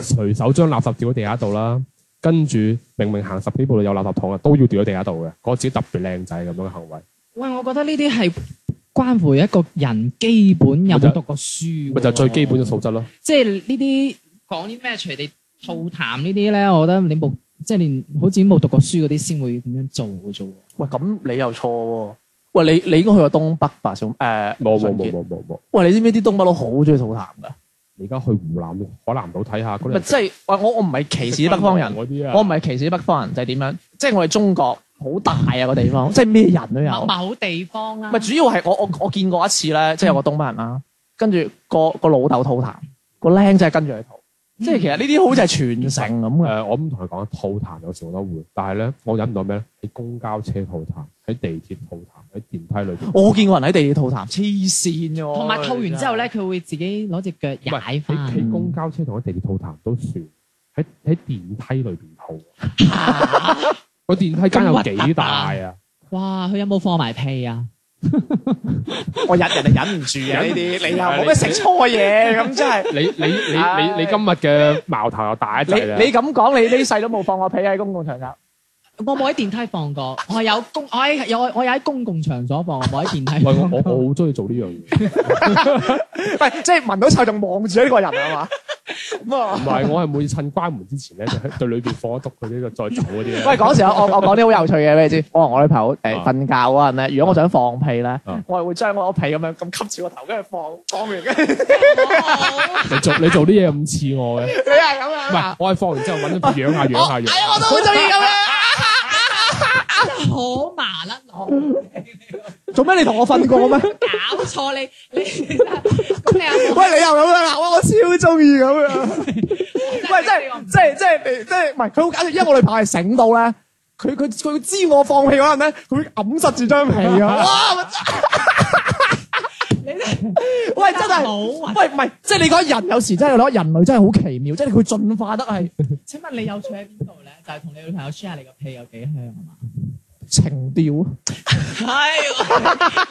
Speaker 4: 隨手將垃圾掉喺地下度啦，跟住明明行十幾步路有垃圾桶啊，都要掉喺地下度嘅，覺得自己特別靚仔咁樣嘅行為，
Speaker 2: 喂，我覺得呢啲係關乎一個人基本有
Speaker 4: 咪就
Speaker 2: 冇讀過書喎，
Speaker 4: 咪就係最基本嘅素質咯。
Speaker 2: 即係呢啲講啲咩隨地吐痰呢啲咧，我覺得你冇即係連好似冇讀過書嗰啲先會咁樣做嘅啫喎。
Speaker 3: 喂，咁你又錯喎！喂，你你應該去過東北吧？小誒
Speaker 4: 冇冇冇。冇冇冇，
Speaker 3: 喂，你知唔知啲東北佬好中意吐痰㗎？
Speaker 4: 你而家去湖南海南島睇下嗰
Speaker 3: 咪
Speaker 4: 啲
Speaker 3: 即係喂，我我唔係歧視北
Speaker 4: [LAUGHS]
Speaker 3: 方人，
Speaker 4: 嗰啲啊，
Speaker 3: 我唔係歧視北方人，就係點樣？即係我哋中國好大啊個地
Speaker 4: [LAUGHS]
Speaker 3: 方，即係咩人都有。
Speaker 2: 某地方啊啦
Speaker 3: 唔係主要係我我我見過一次咧，即係有個東北人啦，跟住個個老豆吐痰，個僆仔跟住佢吐，即係其實呢啲好似係傳承咁
Speaker 4: 誒、
Speaker 3: 嘅。
Speaker 4: 我咁同佢講吐痰有時我都會，但係咧，我忍唔到咩咧？喺公交車吐痰，喺地鐵吐痰，喺電梯裏邊。
Speaker 3: 我見過人喺地鐵吐痰，黐線嘅喎。
Speaker 2: 同埋吐完之後
Speaker 3: 哎
Speaker 2: 咧，，佢會自己攞只腳踩
Speaker 4: 喺
Speaker 2: 翻。
Speaker 4: 喺公交車同喺地鐵吐痰都算，喺喺電梯裏邊吐。個電梯間有幾大啊？
Speaker 2: 哇，佢有冇放埋屁啊？
Speaker 3: 我忍人哋忍唔住嘅呢啲，你又冇咩食錯嘢，咁真係
Speaker 4: [LAUGHS] 你你你
Speaker 3: 唉
Speaker 4: 你你今日嘅矛頭又大一啊
Speaker 3: 你
Speaker 4: 滯啦。
Speaker 3: 你咁講，你呢世都冇放過屁喺公共場合。
Speaker 2: 我冇喺電梯放過，我係有公，我喺有我有喺公共場所放，我冇喺電梯
Speaker 4: 喂，
Speaker 2: 放
Speaker 4: 我我我好中意做呢樣嘢，
Speaker 3: 喂，即係聞到臭仲望住呢個人啊係嘛？咁啊
Speaker 4: 唔。係我係每次趁關門之前咧，就喺對裏邊放一篤佢呢個再走嗰啲啊咧。
Speaker 3: 喂，講時我我我講啲好有趣嘅俾你知。我同我女朋友誒
Speaker 4: 啊
Speaker 3: 瞓覺嗰陣咧，如果我想放屁咧
Speaker 4: 啊，
Speaker 3: 我係會將我個屁咁樣咁吸住個頭，跟住放放完，跟住你
Speaker 4: 你做你做啲嘢咁似我嘅，唔
Speaker 3: 係咁樣
Speaker 4: 係
Speaker 3: 啊。
Speaker 4: 我係放完之後揾咗養下養下養
Speaker 3: 哎，
Speaker 4: 下。
Speaker 3: 我都好中意咁樣。
Speaker 2: 啊好麻甩佬，
Speaker 3: [LAUGHS] 做咩你同我瞓過咩？
Speaker 2: 搞錯你你咁你
Speaker 3: [LAUGHS]
Speaker 2: 有冇？
Speaker 3: 喂，你又咁樣啦，我我超中意咁樣。喂，真係真係真係真係真係，唔係佢好搞笑，因為我女朋友係醒到咧。佢佢佢知我放屁嗰陣咧，佢會揞實住張被 [LAUGHS] 啊！哇！我真喂，真係
Speaker 2: 好核突
Speaker 3: 喂，唔係，即係你講人有時真係攞人類真係好奇妙，即係佢進化得係
Speaker 2: 請問你有趣喺邊度咧？就係同你女朋友 share 你個屁有幾香啊嘛？
Speaker 3: 情調。
Speaker 2: 係，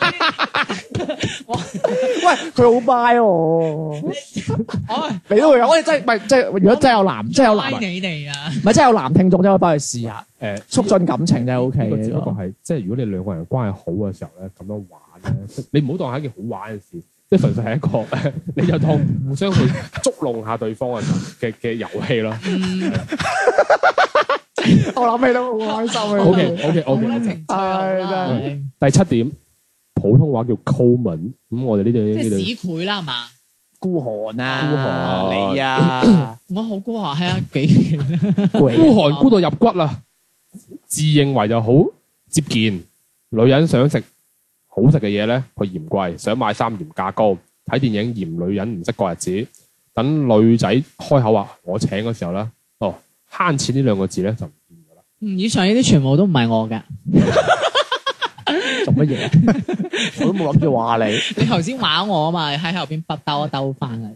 Speaker 3: 喂，佢好 buy 喎，
Speaker 2: 我
Speaker 3: 你都會有，我哋真係唔係即係，如果真係有男，真係有男，
Speaker 2: 拉
Speaker 3: 唔
Speaker 2: 你哋啊！
Speaker 3: 係真係有男聽眾真係可以幫佢試下，
Speaker 4: 誒，
Speaker 3: 促進感情真係 OK
Speaker 4: 呢個
Speaker 3: 嘅
Speaker 4: 只
Speaker 3: 呢
Speaker 4: 不過
Speaker 3: 個。
Speaker 4: 係即係如果你兩個人關係好嘅時候咧，咁樣玩咧，即係你唔好當係一件好玩嘅事，即係純粹係一個 [LAUGHS] 你就當互相去 [LAUGHS] 捉弄下對方嘅嘅嘅遊戲咯。
Speaker 2: 嗯
Speaker 3: 我諗起都好開心啊
Speaker 4: O K O K O
Speaker 2: 好啦
Speaker 4: K。
Speaker 2: 情趣
Speaker 3: 唉
Speaker 2: 啦
Speaker 3: 真
Speaker 4: 係第七點，普通話叫 common，咁我哋呢度
Speaker 2: 即係
Speaker 4: 呢度
Speaker 2: 市儈啦，係嘛？
Speaker 3: 孤寒
Speaker 4: 啊
Speaker 3: 你啊，
Speaker 2: 我好孤寒，係啊，幾
Speaker 4: 孤寒孤到入骨啦，自認為就好接見。女人想食好食嘅嘢咧，佢嫌貴；想買衫嫌價高；睇電影嫌女人唔識過日子。等女仔開口話我請嘅時候咧，哦慳錢呢兩個字咧就唔見咗啦。
Speaker 2: 嗯，以上呢啲全部都唔係我嘅。
Speaker 3: [LAUGHS] 做乜嘢？ [LAUGHS] 我都冇諗住話你， [LAUGHS]
Speaker 2: 你頭先話我啊嘛，喺後邊不兜一兜翻嚟。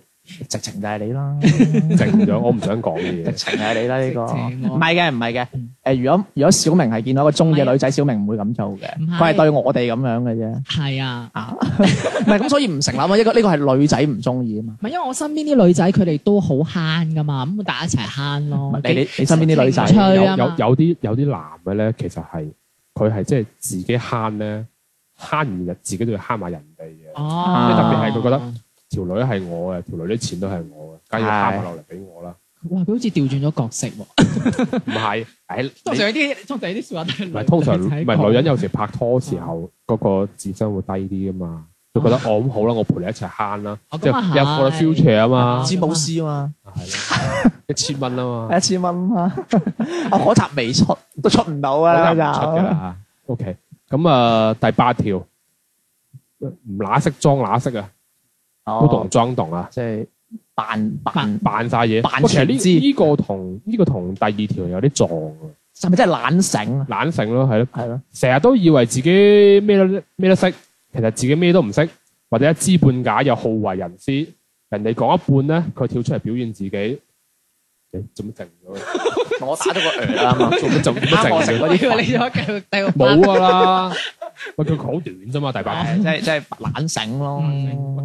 Speaker 3: 直情就係你啦，
Speaker 4: 靜咗，我唔想講呢
Speaker 3: 直
Speaker 4: 嘢。
Speaker 2: [LAUGHS]
Speaker 3: 情係你啦呢個。
Speaker 2: 直情我
Speaker 3: 唔係嘅，唔係嘅。誒，如果如果小明係見到一個中意嘅女仔，小明唔會咁做嘅
Speaker 2: 唔係，
Speaker 3: 佢係對我哋咁樣嘅啫。
Speaker 2: 係啊，
Speaker 3: 啊，唔係咁，所以唔成立啊！一個呢個係女仔唔中意啊嘛。
Speaker 2: 唔係因為我身邊啲女仔佢哋都好慳噶嘛，咁大家一齊慳咯。
Speaker 3: 你你你身邊啲女仔
Speaker 2: 情趣
Speaker 4: 有
Speaker 2: 啊
Speaker 4: 有
Speaker 2: 嘛
Speaker 4: 有啲有啲男嘅咧，其實係佢係即係自己慳咧，慳完就自己都要慳埋人哋嘅。
Speaker 2: 哦，
Speaker 3: 即係特
Speaker 4: 別係佢覺得條女係我嘅，條女啲錢都係我嘅，梗係要攤埋落嚟俾我啦。
Speaker 2: 哇，佢好似調轉咗角色喎。
Speaker 4: 唔係，誒，
Speaker 2: [LAUGHS] 通
Speaker 4: 你
Speaker 2: 常啲通常啲説話都係
Speaker 4: 唔
Speaker 2: 女
Speaker 4: 係通常唔
Speaker 2: 女仔
Speaker 4: 係
Speaker 2: 講
Speaker 4: 女人有時拍拖時候嗰個智商會低啲噶嘛，佢覺得哦咁好啦，我陪你一齊慳啦，
Speaker 2: 哦
Speaker 4: 即
Speaker 2: 咁啊
Speaker 4: 係有 for the
Speaker 2: 係
Speaker 4: future 啊嘛，
Speaker 2: 啊
Speaker 3: 詹姆斯啊
Speaker 4: 係啦，一千蚊啊
Speaker 3: 嘛，
Speaker 4: 嘛，
Speaker 3: 一千蚊 [LAUGHS] 啊，我嗰集未出，都出唔到
Speaker 4: 我
Speaker 3: 啊
Speaker 4: 就唔出㗎
Speaker 3: 就。
Speaker 4: 啦。OK，咁啊第八條唔乸識裝乸識啊，古
Speaker 3: 哦
Speaker 4: 動，裝動啊，
Speaker 3: 即係扮扮，
Speaker 4: 扮晒嘢。
Speaker 3: 扮
Speaker 4: 不過其實
Speaker 3: 全知
Speaker 4: 呢呢個同呢個同第二條有啲撞啊，
Speaker 3: 係咪真係懶醒啊？
Speaker 4: 懶性咯，係咯。
Speaker 3: 係咯，
Speaker 4: 成日都以為自己咩都咩都識，其實自己咩都唔識，或者一知半解又好為人師。人哋講一半咧，佢跳出嚟表現自己。誒做乜靜咗？呃啊
Speaker 3: 我打咗個鵝 [LAUGHS] 啦嘛。
Speaker 4: 做乜做乜
Speaker 3: 啱我
Speaker 4: 靜
Speaker 3: 食
Speaker 4: 咗？
Speaker 2: [LAUGHS]
Speaker 3: 嗰
Speaker 2: 我以
Speaker 3: 啲
Speaker 2: 為
Speaker 4: [LAUGHS]
Speaker 2: 你咗繼續繼續
Speaker 4: 冇㗎啦！喂，佢好短啫嘛，大把。
Speaker 3: 係即係即係懶醒咯。
Speaker 4: 喂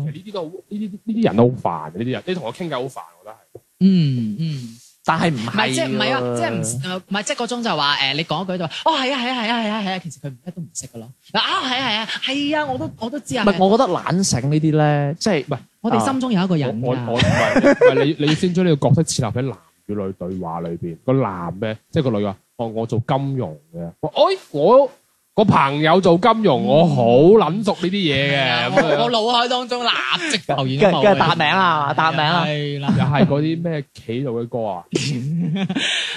Speaker 4: 其實呢啲都好，呢啲呢啲人都好煩嘅，呢啲人，你同我傾偈好煩，我覺得係。
Speaker 2: 嗯嗯。
Speaker 3: 但係唔
Speaker 2: 唔係
Speaker 3: 係
Speaker 2: 即係唔係啊，即係唔
Speaker 3: 喎
Speaker 2: 誒唔係即係嗰種就話誒，你講一句就話哦係啊係啊係啊係啊係啊，其實佢唔乜都唔識噶咯。嗱啊係啊係啊係啊，我都我都知啊。
Speaker 3: 唔係，我覺得懶醒呢啲咧，即係
Speaker 2: 我哋心中有一個人啊
Speaker 4: 我我我唔
Speaker 2: 㗎，
Speaker 4: 係，唔係你你先將呢個角色設立喺男與女對話裏邊。個男咧，即係個女話：哦，我做金融嘅。我哎，我個朋友做金融，我好撚熟呢啲嘢
Speaker 2: 嗯係啊
Speaker 4: 嘅。咁
Speaker 2: 我我
Speaker 4: 樣
Speaker 2: 腦海當中立即浮現
Speaker 3: 跟
Speaker 2: 咗某位
Speaker 3: 跟住答名啦，啊答名啦，
Speaker 2: 係啦，
Speaker 4: 又係嗰啲咩企度嘅歌啊，
Speaker 3: 係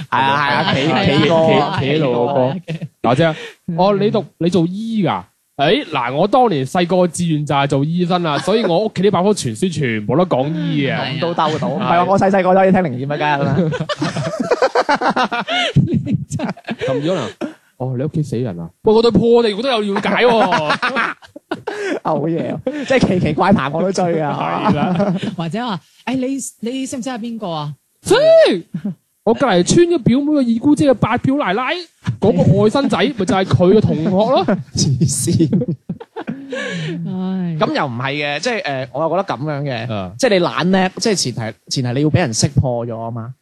Speaker 3: 啊係啊，企
Speaker 2: 係啊
Speaker 3: 企
Speaker 2: 係
Speaker 3: 哥
Speaker 2: 啊
Speaker 4: 企企度嘅歌。啊嗱姐，
Speaker 2: 嗯
Speaker 4: 哦，你讀你做醫㗎？誒嗱，我當年細個志願就係做醫生啦，所以我屋企啲百科全書全部都講醫
Speaker 2: 係
Speaker 4: 嘅。
Speaker 2: 啊
Speaker 3: 都兜到，唔係話我細細個都可以聽靈異乜梗係啦。 [LAUGHS]
Speaker 4: 咁咗啦，哦，你屋企死人啊？喂，我對破地獄都有了解 [LAUGHS] 喎。
Speaker 3: 牛嘢，即係奇奇怪談我都 [LAUGHS] 追啊！
Speaker 4: 係啦。
Speaker 2: 或者話誒你你識唔識係邊個啊？
Speaker 4: 我隔離村嘅表妹嘅二姑姐嘅八表奶奶，嗰、個外甥仔咪就係佢嘅同學咯。
Speaker 3: 黐線。
Speaker 2: 唉，
Speaker 3: 咁又唔係嘅，即係誒、呃我又覺得咁樣嘅，
Speaker 4: 啊，
Speaker 3: 即係你懶叻，即係前提前提你要俾人識破咗啊嘛。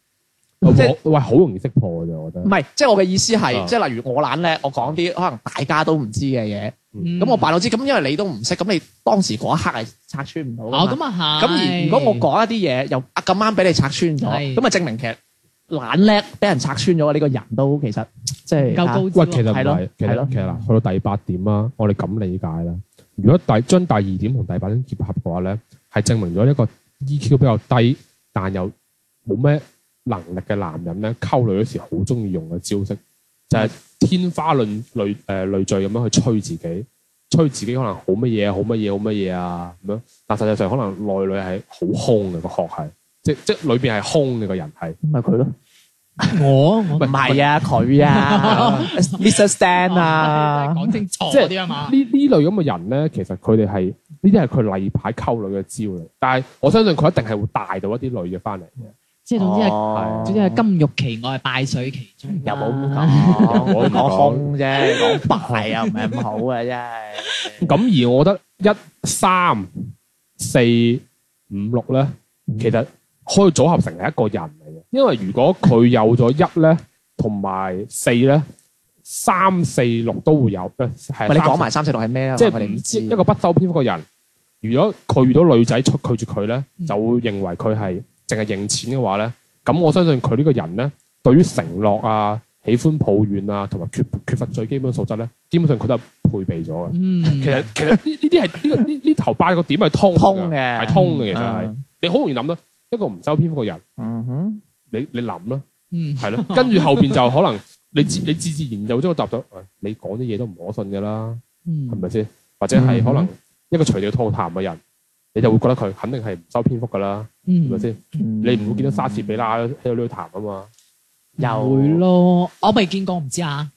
Speaker 4: 我
Speaker 3: 即係
Speaker 4: 喂，好容易識破嘅啫，我覺得
Speaker 3: 唔。係，即係我嘅意思係，
Speaker 4: 啊
Speaker 3: 即係例如我懶叻，我講啲可能大家都唔知嘅嘢，咁、
Speaker 2: 嗯
Speaker 3: 我扮到知，咁因為你都唔識，咁你當時嗰一刻係拆穿唔到㗎嘛
Speaker 2: 哦，咁啊係。
Speaker 3: 咁而如果我講一啲嘢又啊咁啱俾你拆穿咗，
Speaker 2: 係
Speaker 3: 咁啊證明其實懶叻俾人拆穿咗嘅呢個人都其實即係
Speaker 2: 唔夠高
Speaker 4: 喂，
Speaker 2: 知
Speaker 4: 其實唔
Speaker 3: 係咯
Speaker 4: 係，其
Speaker 3: 係咯
Speaker 4: 實其實嗱，去到第八點啦，我哋咁理解啦。如果第將第二點同第八點結合嘅話咧，係證明咗一個 EQ 比較低，但又冇咩能力嘅男人咧，溝女嗰時好中意用嘅招式，就係、天花亂累誒累聚咁樣去吹自己，吹自己可能好乜嘢，好乜嘢，好乜嘢啊咁樣。但實際上可能內裏係好空嘅個殼係，即即裏邊係空嘅個人係。
Speaker 3: 咪佢咯，
Speaker 2: 我
Speaker 3: 唔
Speaker 2: 我
Speaker 3: 係啊佢啊，Mr. Stan 啊，
Speaker 2: 講清楚
Speaker 4: 即係
Speaker 2: 啲啊嘛。
Speaker 4: 呢呢類咁嘅人咧，其實佢哋係呢啲係佢例牌溝女嘅招嚟，但係我相信佢一定係會帶到一啲女嘅翻嚟嘅。
Speaker 2: 即係總之係，
Speaker 3: 哦
Speaker 2: 總之係金玉其外，敗水其中。
Speaker 3: 又冇咁
Speaker 2: 講。
Speaker 3: 講，
Speaker 4: 我唔
Speaker 3: 我講
Speaker 4: 講
Speaker 3: 空啫，講敗又唔係咁好啊，真係。
Speaker 4: 咁而我覺得一三四五六咧，其實可以組合成係一個人嚟嘅，因為如果佢有咗一咧，同埋四咧，三四六都會有，唔係係
Speaker 3: 喂，你
Speaker 4: 三
Speaker 3: 講埋三四六係咩啊？
Speaker 4: 即
Speaker 3: 我哋唔
Speaker 4: 係
Speaker 3: 知
Speaker 4: 一個不修邊幅嘅人，如果佢遇到女仔出拒絕佢咧，
Speaker 2: 嗯
Speaker 4: 就會認為佢係淨係認錢嘅話咧，咁我相信佢呢個人咧，對於承諾啊、喜歡抱怨啊，同埋缺缺乏最基本素質咧，基本上佢都係配備咗嘅。
Speaker 2: 嗯，
Speaker 4: 其實其實 [LAUGHS] 呢呢啲係呢個呢呢頭八個點係通㗎
Speaker 3: 通嘅
Speaker 4: 係通嘅其實係
Speaker 3: 嗯。
Speaker 4: 你好容易諗到一個唔修邊幅嘅人，
Speaker 3: 嗯哼，
Speaker 4: 你你諗啦，
Speaker 2: 嗯
Speaker 4: 係 [LAUGHS] 咯，跟住後邊就可能你自你自自然就將佢答咗，哎你講啲嘢都唔可信㗎啦。
Speaker 2: 嗯
Speaker 4: 係咪先？或者係可能一個隨地吐痰嘅人，你就會覺得佢肯定係唔收蝙蝠㗎啦，係咪
Speaker 2: 嗯，
Speaker 4: 先？你
Speaker 3: 你
Speaker 4: 唔會見到莎士比亞喺度撩痰啊嘛，
Speaker 3: 又
Speaker 2: 會咯，我未見過，唔知啊。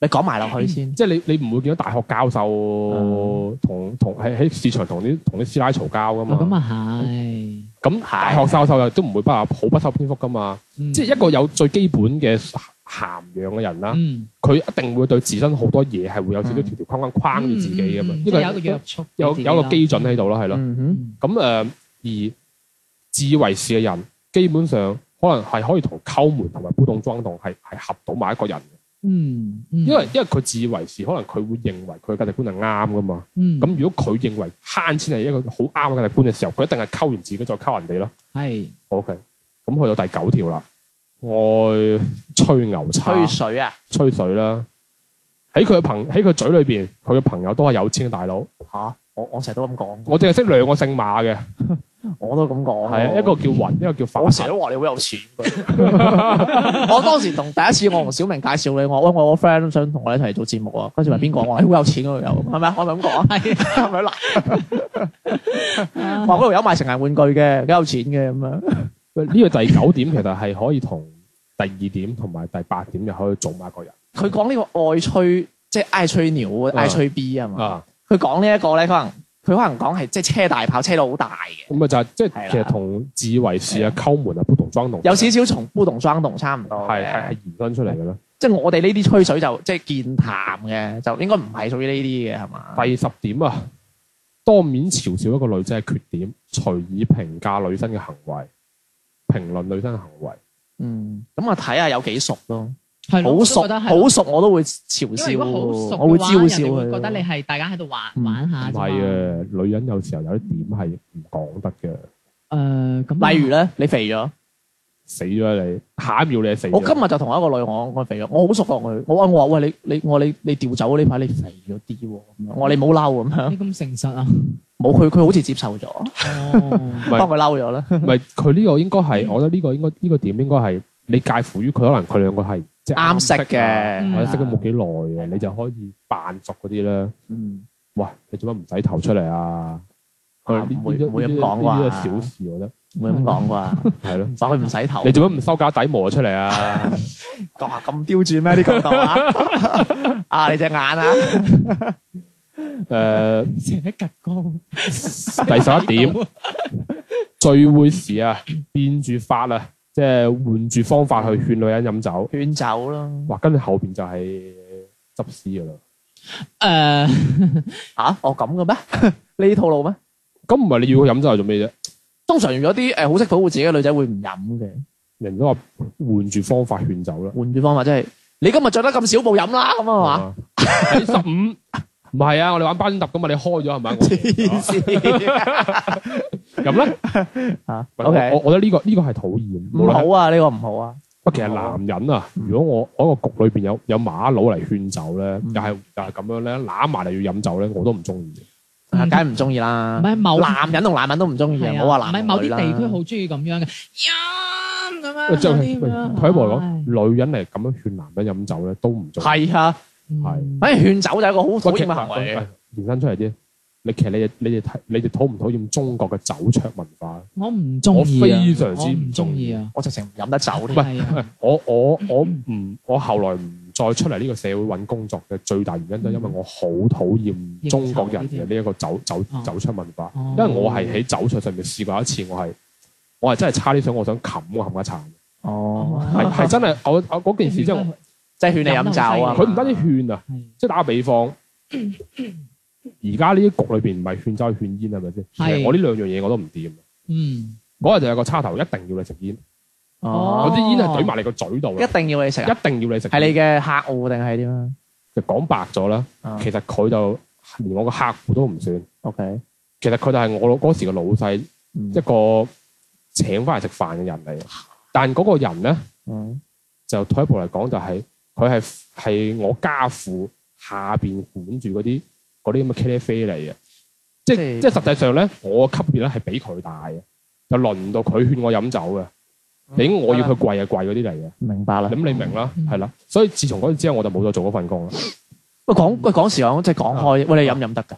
Speaker 3: 你講埋落去先。
Speaker 4: 即嗯係你你唔會見到大學教授同同喺喺市場同啲同啲師奶嘈交㗎
Speaker 2: 哦咁
Speaker 4: 嘛。
Speaker 2: 啊啊係，
Speaker 4: 咁大學教授又都唔會不好不收蝙蝠㗎嘛。
Speaker 2: 嗯
Speaker 4: 即係一個有最基本嘅涵養嘅人啦，
Speaker 2: 嗯
Speaker 4: 佢一定會對自身好多嘢係會有少少條條框框框住自己㗎
Speaker 2: 嗯
Speaker 4: 嘛。
Speaker 2: 嗯
Speaker 4: 呢個
Speaker 2: 即係有一個約束，
Speaker 4: 有有一個基準喺度啦，係咯。
Speaker 3: 嗯哼，
Speaker 2: 嗯。
Speaker 4: 咁誒、呃而自以為是嘅人，基本上可能係可以同溝門同埋古董裝動係係合到埋一個人嘅，
Speaker 2: 嗯，因
Speaker 4: 因為因為佢自以為是，可能佢會認為佢嘅價值觀係啱噶嘛。
Speaker 2: 嗯
Speaker 4: 咁如果佢認為慳錢係一個好啱嘅價值觀嘅時候，佢一定係溝完自己再溝人哋咯。
Speaker 2: 係
Speaker 4: OK，咁去到第九條啦，愛吹牛叉、
Speaker 3: 吹水啊！
Speaker 4: 吹水啦。喺佢嘅朋喺佢嘴裏邊，佢嘅朋友都係有錢嘅大佬。
Speaker 3: 吓，我我成日都咁講，
Speaker 4: 我淨係識兩個姓馬嘅，
Speaker 3: 我都咁講。
Speaker 4: 係啊，一個叫雲，一個叫反。
Speaker 3: 哦我成日都話你好
Speaker 4: [LAUGHS]
Speaker 3: 有錢 [LAUGHS] 㗎。我當時同第一次我同小明介紹你，我喂我個 friend 想同我一齊做節目啊，跟住問
Speaker 4: 嗯
Speaker 3: 邊個，我話哎好有錢嗰度有，係咪啊？我咪咁講啊，
Speaker 4: [LAUGHS]
Speaker 3: 係咪嗱？我話嗰度有賣成人玩具嘅，幾有錢嘅咁樣。
Speaker 4: 喂呢個第九點其實係可以同第二點同埋第八點又可以做埋一個人
Speaker 3: 佢講呢個愛吹，即係愛吹牛、愛吹 B 啊嘛。
Speaker 4: 啊，
Speaker 3: 佢講呢一個咧，可能佢可能講係即係車大炮，車到好大嘅，
Speaker 4: 咁啊就係即
Speaker 3: 係啦
Speaker 4: 係其實同自以為是啊、溝門啊、不同裝同
Speaker 3: 有少少從孤同雙同差唔多嘅。
Speaker 4: 係係係延伸出嚟嘅啦。
Speaker 3: 即係我哋呢啲吹水就即係健談嘅，就應該唔係屬於呢啲嘅係嘛？
Speaker 4: 第十點啊，當面嘲笑一個女仔嘅缺點，隨意評價女生嘅行為，評論女生嘅行為。
Speaker 3: 嗯，咁啊睇下有幾熟咯，
Speaker 2: 係咯
Speaker 3: 好熟
Speaker 2: 我都覺得係
Speaker 3: 好熟我都會嘲
Speaker 2: 因為
Speaker 3: 笑，
Speaker 2: 如果好熟
Speaker 3: 我會
Speaker 2: 會
Speaker 3: 招笑
Speaker 2: 人哋
Speaker 3: 佢。
Speaker 2: 會覺得你係大家喺度玩
Speaker 3: 嗯
Speaker 2: 玩下
Speaker 4: 唔
Speaker 2: 啫嘛
Speaker 4: 係嘅，女人有時候有啲點係唔講得嘅，
Speaker 2: 誒咁啊，
Speaker 3: 例如咧，你肥咗，
Speaker 4: 死咗你，下一秒你係死咗。
Speaker 3: 我今日就同一個女我我肥咗，我好熟過佢，我話我話喂你你我話你你調走呢排你肥咗啲喎，咁樣我話你冇嬲咁樣，
Speaker 2: 你咁誠實啊，
Speaker 3: 冇佢佢好似接受咗，
Speaker 2: 哦，
Speaker 4: 唔係
Speaker 3: 幫佢嬲咗啦。
Speaker 4: 唔係佢呢個應該
Speaker 3: 嗯
Speaker 4: 係，我覺得呢個應該呢個點應該係你介乎於佢可能佢兩個係即係
Speaker 3: 啱識嘅
Speaker 4: 啊
Speaker 3: 嗯
Speaker 4: 或者識咗冇幾耐嘅，你就可以扮熟嗰啲咧。
Speaker 3: 嗯，
Speaker 4: 喂，你做乜唔洗頭出嚟啊？
Speaker 3: 啊
Speaker 4: 呢
Speaker 3: 唔會
Speaker 4: 呢
Speaker 3: 唔會咁
Speaker 4: 呢呢
Speaker 3: 講啩
Speaker 4: 呢啲小事，我覺得
Speaker 3: 唔會咁講啩，
Speaker 4: 係咯
Speaker 3: 唔。講佢唔洗頭。
Speaker 4: 你做乜唔收假底模出嚟啊？
Speaker 3: 講下咁刁鑽咩？呢個度啊，啊你隻眼啊，
Speaker 4: 誒， [LAUGHS]
Speaker 2: 成日趌高，
Speaker 4: 第十一點，聚會時啊，變住法啊，即係換住方法去
Speaker 3: 嗯
Speaker 4: 勸女人飲酒，
Speaker 3: 勸酒咯。
Speaker 4: 哇！跟住後邊就係執屍噶啦。
Speaker 2: 诶，
Speaker 3: 吓，哦咁嘅咩？呢套路咩？
Speaker 4: 咁唔係你要佢飲酒係做咩啫？
Speaker 3: 通常有啲誒好識保護自己嘅女仔會唔飲嘅，
Speaker 4: 人都話換住方法勸酒啦。
Speaker 3: 換住方法即係你今日着得咁少，冇飲啦咁啊嘛。
Speaker 4: 係嘛？十五 [LAUGHS] 唔係啊！我哋玩班揼噶嘛，你開咗係 [LAUGHS] 咪啊？
Speaker 3: 黐線
Speaker 4: 我咁咧
Speaker 3: 啊
Speaker 4: 我我
Speaker 3: [LAUGHS] ！OK，
Speaker 4: 我覺得呢個呢個係討厭。
Speaker 3: 唔好啊，呢個唔好啊。
Speaker 4: 不過其實男人啊，如果我喺個局裏邊有有馬佬嚟勸酒咧，
Speaker 3: 嗯
Speaker 4: 又係又係咁樣咧，揦埋嚟要飲酒咧，我都唔中意。
Speaker 3: 啊梗係唔中意啦
Speaker 2: 唔。係某
Speaker 3: 男人同男人都唔中意
Speaker 2: 係啊
Speaker 3: 啊，唔好話
Speaker 2: 唔係
Speaker 3: 男
Speaker 2: 某啲
Speaker 3: 女啦
Speaker 2: 地區好中意咁樣嘅，飲咁
Speaker 3: 啊
Speaker 2: 樣
Speaker 4: 喂即係
Speaker 2: 嗰
Speaker 4: 喂
Speaker 2: 啲咁樣。
Speaker 4: 佢喺我嚟
Speaker 2: 唉
Speaker 4: 講，女人嚟咁樣勸男人飲酒咧，都唔中意。
Speaker 3: 係啊，
Speaker 2: 嗯
Speaker 3: 反正勸酒就係一個好討厭啊嘅
Speaker 4: 喂
Speaker 3: 行為嚟嘅。。
Speaker 4: 其實延伸出嚟啲，你其實你哋你哋睇你哋討唔討厭中國嘅酒桌文化？
Speaker 2: 我唔中意啊，
Speaker 4: 我非常之
Speaker 2: 我
Speaker 4: 唔
Speaker 2: 唔
Speaker 4: 中
Speaker 2: 中
Speaker 4: 意
Speaker 2: 意啊。
Speaker 3: 我直情唔飲得酒添。
Speaker 2: 係啊，
Speaker 4: 我我我唔我後來唔再出嚟呢個社會揾工作嘅最大原因，就係因為我好討厭中國人嘅呢一個酒酒
Speaker 2: 哦
Speaker 4: 酒桌文化，
Speaker 2: 哦
Speaker 4: 因為我係喺酒桌上面試過一次，我係我係真係差啲想我想冚我冚家鏟，
Speaker 3: 哦，
Speaker 4: 係係真係我我嗰件事真係
Speaker 3: 即係勸你飲酒啊。
Speaker 4: 佢唔單止勸啊，
Speaker 2: 係
Speaker 4: 即係打個比方，而家呢啲局裏邊唔係勸酒係勸煙係咪先？其實
Speaker 2: 係
Speaker 4: 我呢兩樣嘢我都唔掂。啊
Speaker 2: 嗯
Speaker 4: 嗰日就有個叉頭，一定要你食煙，
Speaker 2: 哦
Speaker 4: 嗰啲煙係懟埋你個嘴度啦
Speaker 3: 一定要你食啊，
Speaker 4: 一定要你食煙。
Speaker 3: 係你嘅客户定係點啊
Speaker 4: 就講白咗啦，
Speaker 3: 啊
Speaker 4: 其實佢就連我個客户都唔算，
Speaker 3: ？OK，
Speaker 4: 其實佢就係我老嗰時嘅老細，
Speaker 3: 嗯
Speaker 4: 一個請翻嚟食飯嘅人嚟。但嗰個人咧，
Speaker 3: 嗯
Speaker 4: 就退一步嚟講，就係佢係係我家父下邊管住嗰啲嗰啲咁嘅茄喱啡嚟嘅，即
Speaker 3: 即係
Speaker 4: 即係實際上咧，我嘅級別咧係比佢大嘅，就輪唔到佢勸我飲酒嘅，俾我要佢跪啊跪嗰啲嚟嘅。
Speaker 3: 明白嗯啦
Speaker 4: 咁。你明啦，
Speaker 2: 嗯
Speaker 4: 係啦。所以自從嗰次之後，我就冇再做嗰份工啦。
Speaker 3: 喂，講喂講時講，即係講開，喂你飲唔飲得㗎？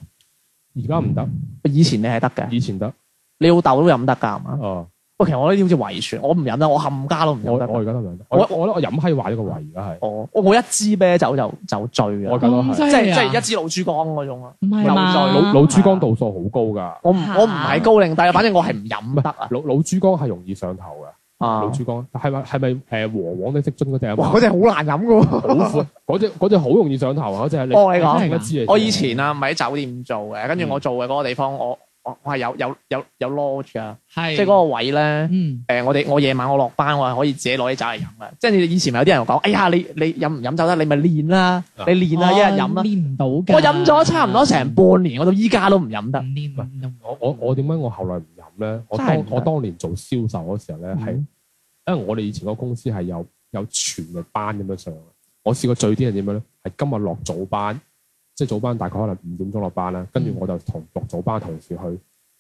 Speaker 4: 而家唔得，
Speaker 3: 以前你係得嘅，
Speaker 4: 以前得。
Speaker 3: 你老豆都飲得㗎係嘛？
Speaker 4: 哦，
Speaker 3: 喂，其實我呢啲好似遺傳，我唔飲得，我冚家都唔
Speaker 4: 我
Speaker 3: 飲得
Speaker 4: 我
Speaker 3: 㗎。
Speaker 4: 而家都唔得。
Speaker 3: 我
Speaker 4: 我我覺得我飲閪壞呢個胃，而家係。
Speaker 3: 我我我一支啤酒就就醉
Speaker 4: 我
Speaker 3: 啊，
Speaker 4: 咁都
Speaker 2: 咁
Speaker 4: 係
Speaker 2: 犀
Speaker 3: 即
Speaker 2: 利
Speaker 3: 係即
Speaker 2: 啊
Speaker 3: 係一支老珠江嗰種啊。
Speaker 2: 唔係
Speaker 3: 留
Speaker 2: 嘛？
Speaker 3: 在
Speaker 4: 老老珠江度數好高㗎，
Speaker 3: 我唔我唔係高定低，反正我係唔飲得啊。
Speaker 4: 老老珠江係容易上頭㗎。
Speaker 3: 啊
Speaker 4: 老，珠江係咪係咪誒和黃的色樽嗰只啊？
Speaker 3: 哇！ [LAUGHS] 嗰只好難飲㗎喎。
Speaker 4: 好苦，嗰只嗰只好容易上頭啊！嗰只你
Speaker 3: 我你講
Speaker 4: 你真係知啊
Speaker 3: 哦我以前啊，唔係喺酒店做嘅，跟住
Speaker 2: 嗯
Speaker 3: 我做嘅嗰個地方，我我我係有有有有 lodge 噶，
Speaker 2: 係
Speaker 3: 即係嗰個位咧。
Speaker 2: 嗯
Speaker 3: 誒、我哋我夜晚我落班，我係可以自己攞啲酒嚟飲嘅。即係你以前咪有啲人講，哎呀，你你飲唔飲酒得？你咪練啦，
Speaker 4: 啊
Speaker 3: 你練啦，一日飲啦。
Speaker 2: 哦練唔到㗎。嗯
Speaker 3: 我飲咗差唔多成半年，我到依家都唔飲
Speaker 2: 唔
Speaker 3: 得。
Speaker 2: 練唔到
Speaker 4: 我我我點解我後來唔飲咧？我
Speaker 3: 真
Speaker 4: 當
Speaker 3: 係唔得
Speaker 4: 我當年做銷售嗰時候咧，係
Speaker 3: 嗯
Speaker 4: 因為我哋以前嗰個公司係有有全日班咁樣上嘅。我試過最啲係點樣咧？係今日落早班，即係早班大概可能五點鐘落班啦，跟住
Speaker 2: 嗯
Speaker 4: 我就同落早班同事去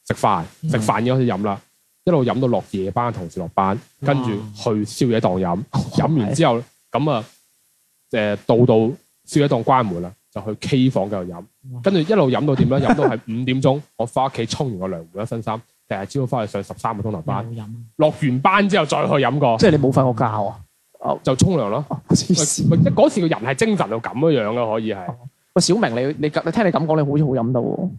Speaker 4: 食飯，
Speaker 2: 嗯
Speaker 4: 食飯已經開始飲啦，一路飲到落夜班同事落班，跟住去宵夜檔飲，
Speaker 3: 哦
Speaker 4: 飲完之後咁啊誒到到宵夜檔關門啦，就去 K 房繼續飲。
Speaker 2: 哇
Speaker 4: 跟住一路飲到
Speaker 2: [LAUGHS]
Speaker 4: 點咧？飲到係五點鐘，我翻屋企沖完個涼，換一身衫，第日朝早翻去上十三個鐘頭班。
Speaker 2: 有飲啊。
Speaker 4: 落完班之後再去飲過，
Speaker 3: 即係你冇瞓過覺啊？
Speaker 4: 就沖涼咯。
Speaker 3: 哦黐
Speaker 4: 喂
Speaker 3: 線！
Speaker 4: 喂即係嗰時個人係精神到咁樣樣嘅，可以
Speaker 2: 哦
Speaker 4: 係。
Speaker 3: 喂，小明，你你你聽你咁講，你好似好飲到喎。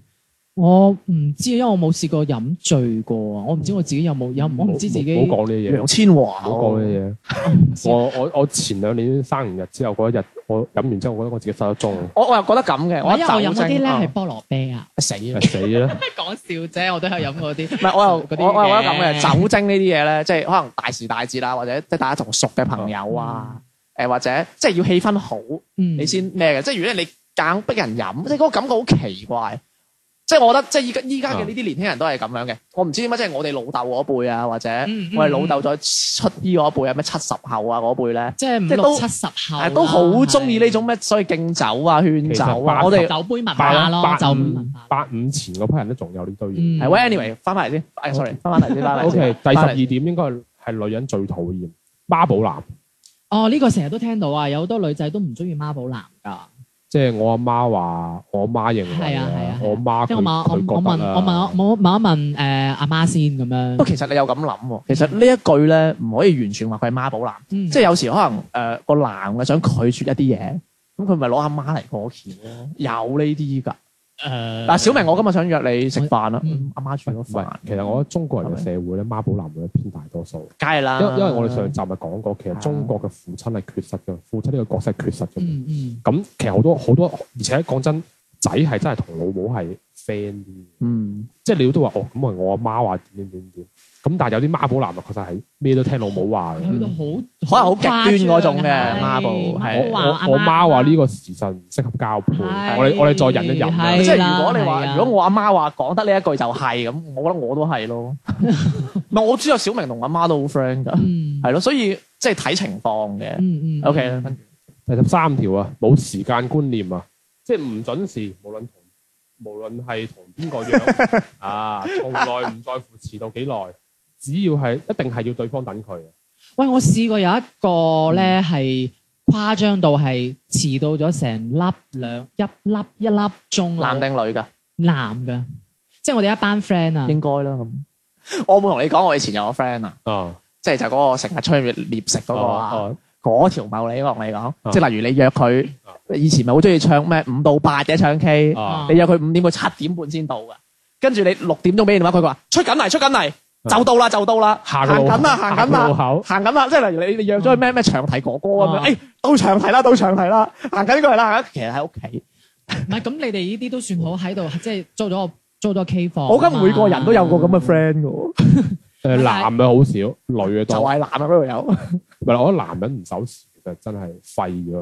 Speaker 2: 我唔知，因為我冇試過飲醉過啊！我唔知我自己有冇
Speaker 4: 嗯
Speaker 2: 飲，我唔知自己
Speaker 4: 唔好講呢啲嘢，
Speaker 3: 楊千嬅，啊
Speaker 4: 唔好講呢啲嘢。
Speaker 2: 知
Speaker 4: 我我我前兩年生完日之後嗰一日，我飲完之後，我覺得我自己失咗蹤，
Speaker 3: 我我又覺得咁嘅，
Speaker 2: 我
Speaker 3: 我
Speaker 2: 因為我飲嗰啲咧係
Speaker 3: 係
Speaker 2: 菠蘿啤啊，
Speaker 3: 死
Speaker 2: [LAUGHS]
Speaker 3: 啦！
Speaker 4: 係死啦！
Speaker 2: 講笑啫，我都有飲嗰啲。唔
Speaker 3: 唔係，我又我我又覺得咁
Speaker 2: 酒
Speaker 3: 嘅酒精呢啲嘢咧，即係可能大時大節啦，或者即係大家同熟嘅朋友啊，誒或者即係要氣氛好，你
Speaker 2: 你
Speaker 3: 先咩嘅？即係如果你夾硬逼人飲，即係嗰個感覺好奇怪。即係我覺得，即係依家依家嘅呢啲年輕人都係咁樣嘅。我唔知點解，即係我哋老豆嗰輩啊，或者
Speaker 2: 嗯嗯
Speaker 3: 我哋老豆再出醫嗰輩啊，咩七十後啊嗰輩咧，
Speaker 2: 即係五
Speaker 3: 即係
Speaker 2: 六
Speaker 3: 都
Speaker 2: 七十後啊啦
Speaker 3: 係都好中意呢種咩所謂敬酒啊、勸酒
Speaker 4: 其實八
Speaker 3: 啊。
Speaker 4: 十
Speaker 3: 我哋啊嗯
Speaker 2: 酒杯文化
Speaker 4: 八
Speaker 2: 咯，
Speaker 4: 五
Speaker 2: 酒杯文化。
Speaker 4: 八五前嗰批人都仲有呢堆嘢。
Speaker 2: 嗯
Speaker 3: 係喂，anyway，翻返嚟先。哎，sorry，翻返嚟先，翻返
Speaker 4: O
Speaker 3: 嚟
Speaker 2: 啊
Speaker 4: K，
Speaker 3: 先。
Speaker 4: 第十
Speaker 3: 翻
Speaker 4: 二
Speaker 3: 返嚟
Speaker 4: 點應該係係女人最討厭孖寶男。
Speaker 2: 哦，呢個成日都聽到啊，有好多女仔都唔中意孖寶男㗎。
Speaker 4: 啊即係我阿媽話，我阿媽認為
Speaker 2: 係啊係
Speaker 4: 啊
Speaker 2: 啊，
Speaker 4: 我阿媽
Speaker 2: 即係
Speaker 4: 佢
Speaker 2: 我問我
Speaker 4: 佢
Speaker 2: 我
Speaker 4: 覺
Speaker 2: 問
Speaker 4: 得啊
Speaker 2: 我問我問一問誒阿媽先咁
Speaker 3: 不過
Speaker 2: 樣。
Speaker 3: 其實你有咁諗喎，其實呢一句咧唔可以完全話佢係媽寶男，
Speaker 2: 嗯
Speaker 3: 即係有時可能誒、呃、個男嘅想拒絕一啲嘢，咁佢咪攞阿媽嚟過橋咯，有呢啲㗎，
Speaker 2: 诶，
Speaker 3: 嗱，小明，我今日想約你食飯啦
Speaker 2: 嗯，
Speaker 3: 阿媽煮咗
Speaker 4: 唔係
Speaker 3: 飯，，
Speaker 4: 其實我覺得中國人嘅社會咧，媽寶男會偏大多數。
Speaker 3: 梗
Speaker 2: 啊
Speaker 3: 係啦，
Speaker 4: 因因為我哋上集咪講過，其實中國嘅父親係缺失嘅，父親呢個角色係缺失嘅。
Speaker 2: 嗯嗯
Speaker 4: 咁其實好多好多，而且講真，仔係真係同老母係 friend 啲嘅
Speaker 3: 嗯
Speaker 4: 即係你都話哦，咁係我阿媽話點點點點。咁但係有啲媽寶男啊，確實係咩都聽老母話嘅。
Speaker 2: 去到好
Speaker 3: 可能好極端嗰種嘅
Speaker 2: 啊係
Speaker 3: 媽寶
Speaker 2: 我
Speaker 3: 係
Speaker 4: 我
Speaker 2: 話阿
Speaker 4: 我媽話呢個時辰唔適合交配，
Speaker 2: 係
Speaker 4: 我哋我哋再忍一忍啦。
Speaker 2: 係
Speaker 3: 即
Speaker 4: 即
Speaker 3: 係
Speaker 4: 係
Speaker 3: 如果你
Speaker 2: 係
Speaker 3: 話，
Speaker 2: 啊
Speaker 3: 如果我阿媽話講得呢一句就係咁，我覺得我都係 [LAUGHS] 咯。唔係，我知道小明同阿媽都好 friend 㗎，
Speaker 2: 嗯
Speaker 3: 係咯，所以即係睇情況嘅。
Speaker 2: 嗯嗯
Speaker 3: OK 啦，跟
Speaker 4: 第
Speaker 3: 住
Speaker 4: 十三條啊，冇時間觀念啊，即係唔準時，無論同無論係同邊個
Speaker 3: [LAUGHS]
Speaker 4: 樣啊，從來唔在乎遲到幾耐，只要係一定係要對方等佢嘅。
Speaker 2: 喂，我試過有一個
Speaker 3: 嗯
Speaker 2: 咧係誇張到係遲到咗成粒兩一粒一粒鐘啊
Speaker 3: 男定女㗎？
Speaker 2: 男嘅，即係我哋一班 friend 啊，
Speaker 3: 應該啦咁。我冇同你講，我以前有個 friend 啊，
Speaker 4: 啊，
Speaker 3: 即係就嗰個成日出去獵食嗰個啊。
Speaker 4: 哦
Speaker 3: 嗰條茂利我同你講，
Speaker 4: 啊
Speaker 3: 即係例如你約佢
Speaker 4: 啊，
Speaker 3: 以前咪好中意唱咩五到八嘅唱 K，
Speaker 4: 啊
Speaker 3: 你約佢五點，佢七點半先到噶，跟住你六點鐘俾電話佢，佢話出緊嚟，出緊嚟，
Speaker 4: 啊
Speaker 3: 就到啦，就到啦，
Speaker 4: 下
Speaker 3: 哦行
Speaker 4: 個路
Speaker 3: 緊啦，嗯哦行
Speaker 4: 下
Speaker 3: 緊
Speaker 4: 個路
Speaker 3: 啦。
Speaker 4: 口
Speaker 3: 行緊啦，即係例如你你約咗佢咩咩長題哥哥咁樣，
Speaker 2: 啊
Speaker 3: 誒到長題啦，到長題啦，行緊呢個嚟啦，行緊其實喺屋企，
Speaker 2: 唔係咁你哋呢啲都算好喺度，即係租咗個租咗個 K 房啊嘛。
Speaker 3: 我覺得每個人都有個咁嘅 friend 嘅喎，
Speaker 4: 誒男嘅好少，女嘅
Speaker 3: 就
Speaker 4: 多。
Speaker 3: 係男啊嗰度有，
Speaker 4: 唔係，我覺得男人唔守時其實真係廢咗，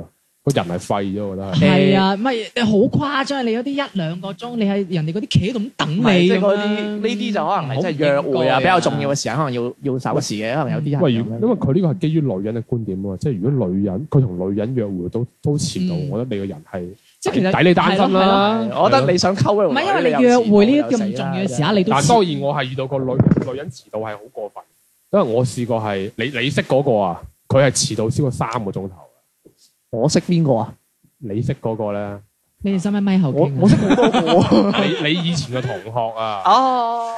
Speaker 4: 個人係廢咗，我覺得係。
Speaker 2: 係啊，唔係你好誇張，你有啲一兩個鐘，你喺人哋嗰啲企喺度咁等你
Speaker 3: 唔係即
Speaker 2: 咁
Speaker 3: 係嗰
Speaker 2: 樣
Speaker 3: 啲呢啲就可能係即係約
Speaker 2: 啊好唔
Speaker 3: 會
Speaker 2: 應該
Speaker 3: 啊比較重要嘅時間，可能要要守時嘅，可能有啲人
Speaker 4: 喂，如
Speaker 3: 咁樣
Speaker 4: 因為佢呢個係基於女人嘅觀點喎，即係如果女人佢同女人約會都都遲到，
Speaker 2: 嗯
Speaker 4: 我覺得你個人係
Speaker 2: 即係其實
Speaker 4: 抵你擔心
Speaker 2: 係咯係咯
Speaker 4: 啦。
Speaker 3: 啊我覺得你想溝嗰
Speaker 2: 唔係因為你約會呢啲咁重要嘅時刻，你都
Speaker 4: 但當然我係遇到個女女人遲到係好過分，因為我試過係你你識嗰個啊，佢係遲到超過三個鐘頭。啊
Speaker 3: 我識邊個啊？
Speaker 4: 你識嗰個咧，
Speaker 2: 你哋使唔使咪後
Speaker 3: 我
Speaker 2: 傾
Speaker 3: 我
Speaker 2: 啊？
Speaker 3: 識好多
Speaker 2: [LAUGHS]
Speaker 3: 個。
Speaker 4: 你你以前嘅同學啊，
Speaker 3: 哦，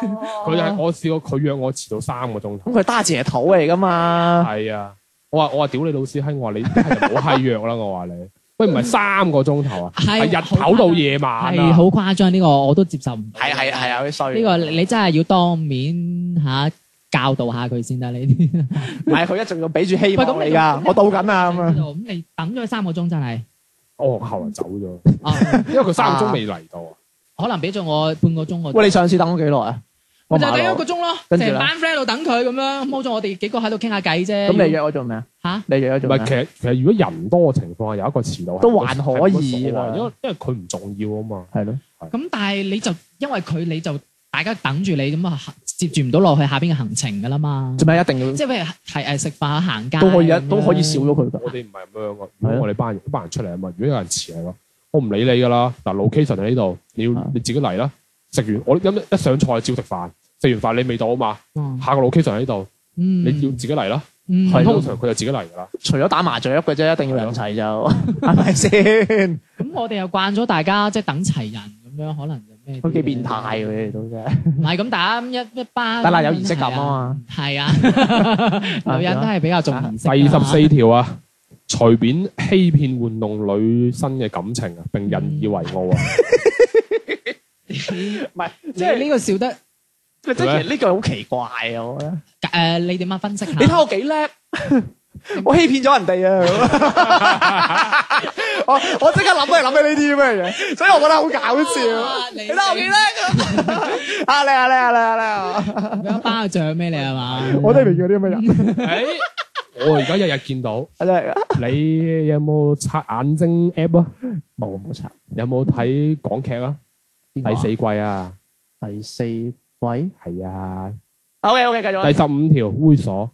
Speaker 4: 佢係我試過佢約我遲到三個鐘頭
Speaker 3: 咁，佢打斜土嚟噶嘛？
Speaker 4: 係啊，我話我話屌你老師閪，我話你係唔好閪約啦，我話你，喂唔係三個鐘頭啊，
Speaker 2: 係
Speaker 4: 係日頭到夜晚
Speaker 2: 係
Speaker 4: 啊
Speaker 2: 好，誇張呢個，我都接受唔到。
Speaker 3: 係係係啊，佢衰。
Speaker 2: 呢個你你真係要當面嚇教導下佢先得，你啲。
Speaker 3: 唔係佢一直要俾住
Speaker 2: 喂
Speaker 3: 希望
Speaker 2: 咁
Speaker 3: 你㗎，我到緊啊咁
Speaker 2: 咁
Speaker 3: 啊。
Speaker 2: 咁你等咗三個鐘真係，
Speaker 4: 我學校人哦走咗，
Speaker 2: 啊
Speaker 4: 因為佢三個鐘未嚟到啊，
Speaker 2: 可能俾咗我半個鐘我。
Speaker 3: 喂，你上次等咗幾耐啊？
Speaker 2: 我
Speaker 3: 我
Speaker 2: 就
Speaker 3: 馬
Speaker 2: 等一個
Speaker 3: 路。
Speaker 2: 鐘咯，
Speaker 3: 跟
Speaker 2: 成
Speaker 3: 住呢
Speaker 2: 班 friend 喺度等佢咁樣，咁好在我哋幾個喺度傾下偈啫。
Speaker 3: 咁你約我做咩啊？
Speaker 2: 嚇？
Speaker 3: 你約我
Speaker 4: 唔
Speaker 3: 做咩
Speaker 4: 係
Speaker 3: 啊
Speaker 4: 其？實其實如果人多嘅情況下有一個遲到係
Speaker 3: 都還
Speaker 4: 係
Speaker 3: 可以
Speaker 4: 冇乜所謂
Speaker 3: 啦
Speaker 4: 因為因為佢唔重要啊嘛。
Speaker 3: 係咯，
Speaker 2: 咁但係你就因為佢你就大家等住你咁啊，接住唔到落去下邊嘅行程㗎啦嘛。
Speaker 3: 做咩一定要
Speaker 2: 即係譬如係誒食飯啊行街
Speaker 3: 都可以
Speaker 2: 咁樣
Speaker 3: 都可以少咗佢㗎？
Speaker 4: 我哋唔係咁樣噶，
Speaker 3: 係
Speaker 4: 如
Speaker 3: 啊
Speaker 4: 果我哋班人班人出嚟啊嘛，如果有人遲嚟咯，我唔理你噶啦。嗱，location 喺呢度，你要
Speaker 3: 啊
Speaker 4: 你自己嚟啦。食完我一一上菜照食飯，食完飯你未到啊嘛，下個 location 喺呢度，
Speaker 2: 嗯，
Speaker 4: 你要自己嚟啦。
Speaker 2: 嗯
Speaker 3: 係
Speaker 4: 咁
Speaker 3: 咯
Speaker 4: 通常佢就自己嚟噶啦。
Speaker 3: 除咗打麻雀嘅啫，一定要兩齊就係咪先？ [LAUGHS]
Speaker 2: 咁我哋又慣咗大家即係等齊人咁樣，可能就咩？
Speaker 3: 都幾變態嘅你哋都真係。
Speaker 2: 唔係咁打一一班，
Speaker 3: 得啦有儀式感啊嘛。
Speaker 2: 係啊，女人都係比較重儀式㗎
Speaker 4: 第
Speaker 2: 嘛。
Speaker 4: 十四條啊，隨便欺騙玩弄女生嘅感情啊，並引以為傲啊。
Speaker 3: [LAUGHS] 唔係啊
Speaker 2: 即
Speaker 3: 即
Speaker 2: 係
Speaker 3: 係
Speaker 2: 呢個笑得
Speaker 3: 即係其實呢句好奇怪啊！我覺得。
Speaker 2: 誒，你點樣分析下？
Speaker 3: 你睇我幾 [LAUGHS] 叻，我欺騙咗人哋啊！ [LAUGHS] 我我即刻諗都係諗起呢啲咁嘅嘢，所以我覺得好搞笑。
Speaker 2: 你
Speaker 3: 你睇我幾叻啊！啊你啊你啊你啊你啊！
Speaker 2: 有一巴掌俾你係嘛？
Speaker 3: 我都係明嗰啲咁嘅人，
Speaker 4: 誒，哎我而家日日見到
Speaker 3: 真係
Speaker 4: 你有冇刷眼睛 app 啊？
Speaker 3: 冇冇錯。
Speaker 4: 有冇睇港劇啊？第
Speaker 3: 第
Speaker 4: 四季啊，
Speaker 3: 第四位
Speaker 4: 係啊。
Speaker 3: ，OK OK，繼續
Speaker 4: 第
Speaker 3: 啦，
Speaker 4: 十五條猥瑣，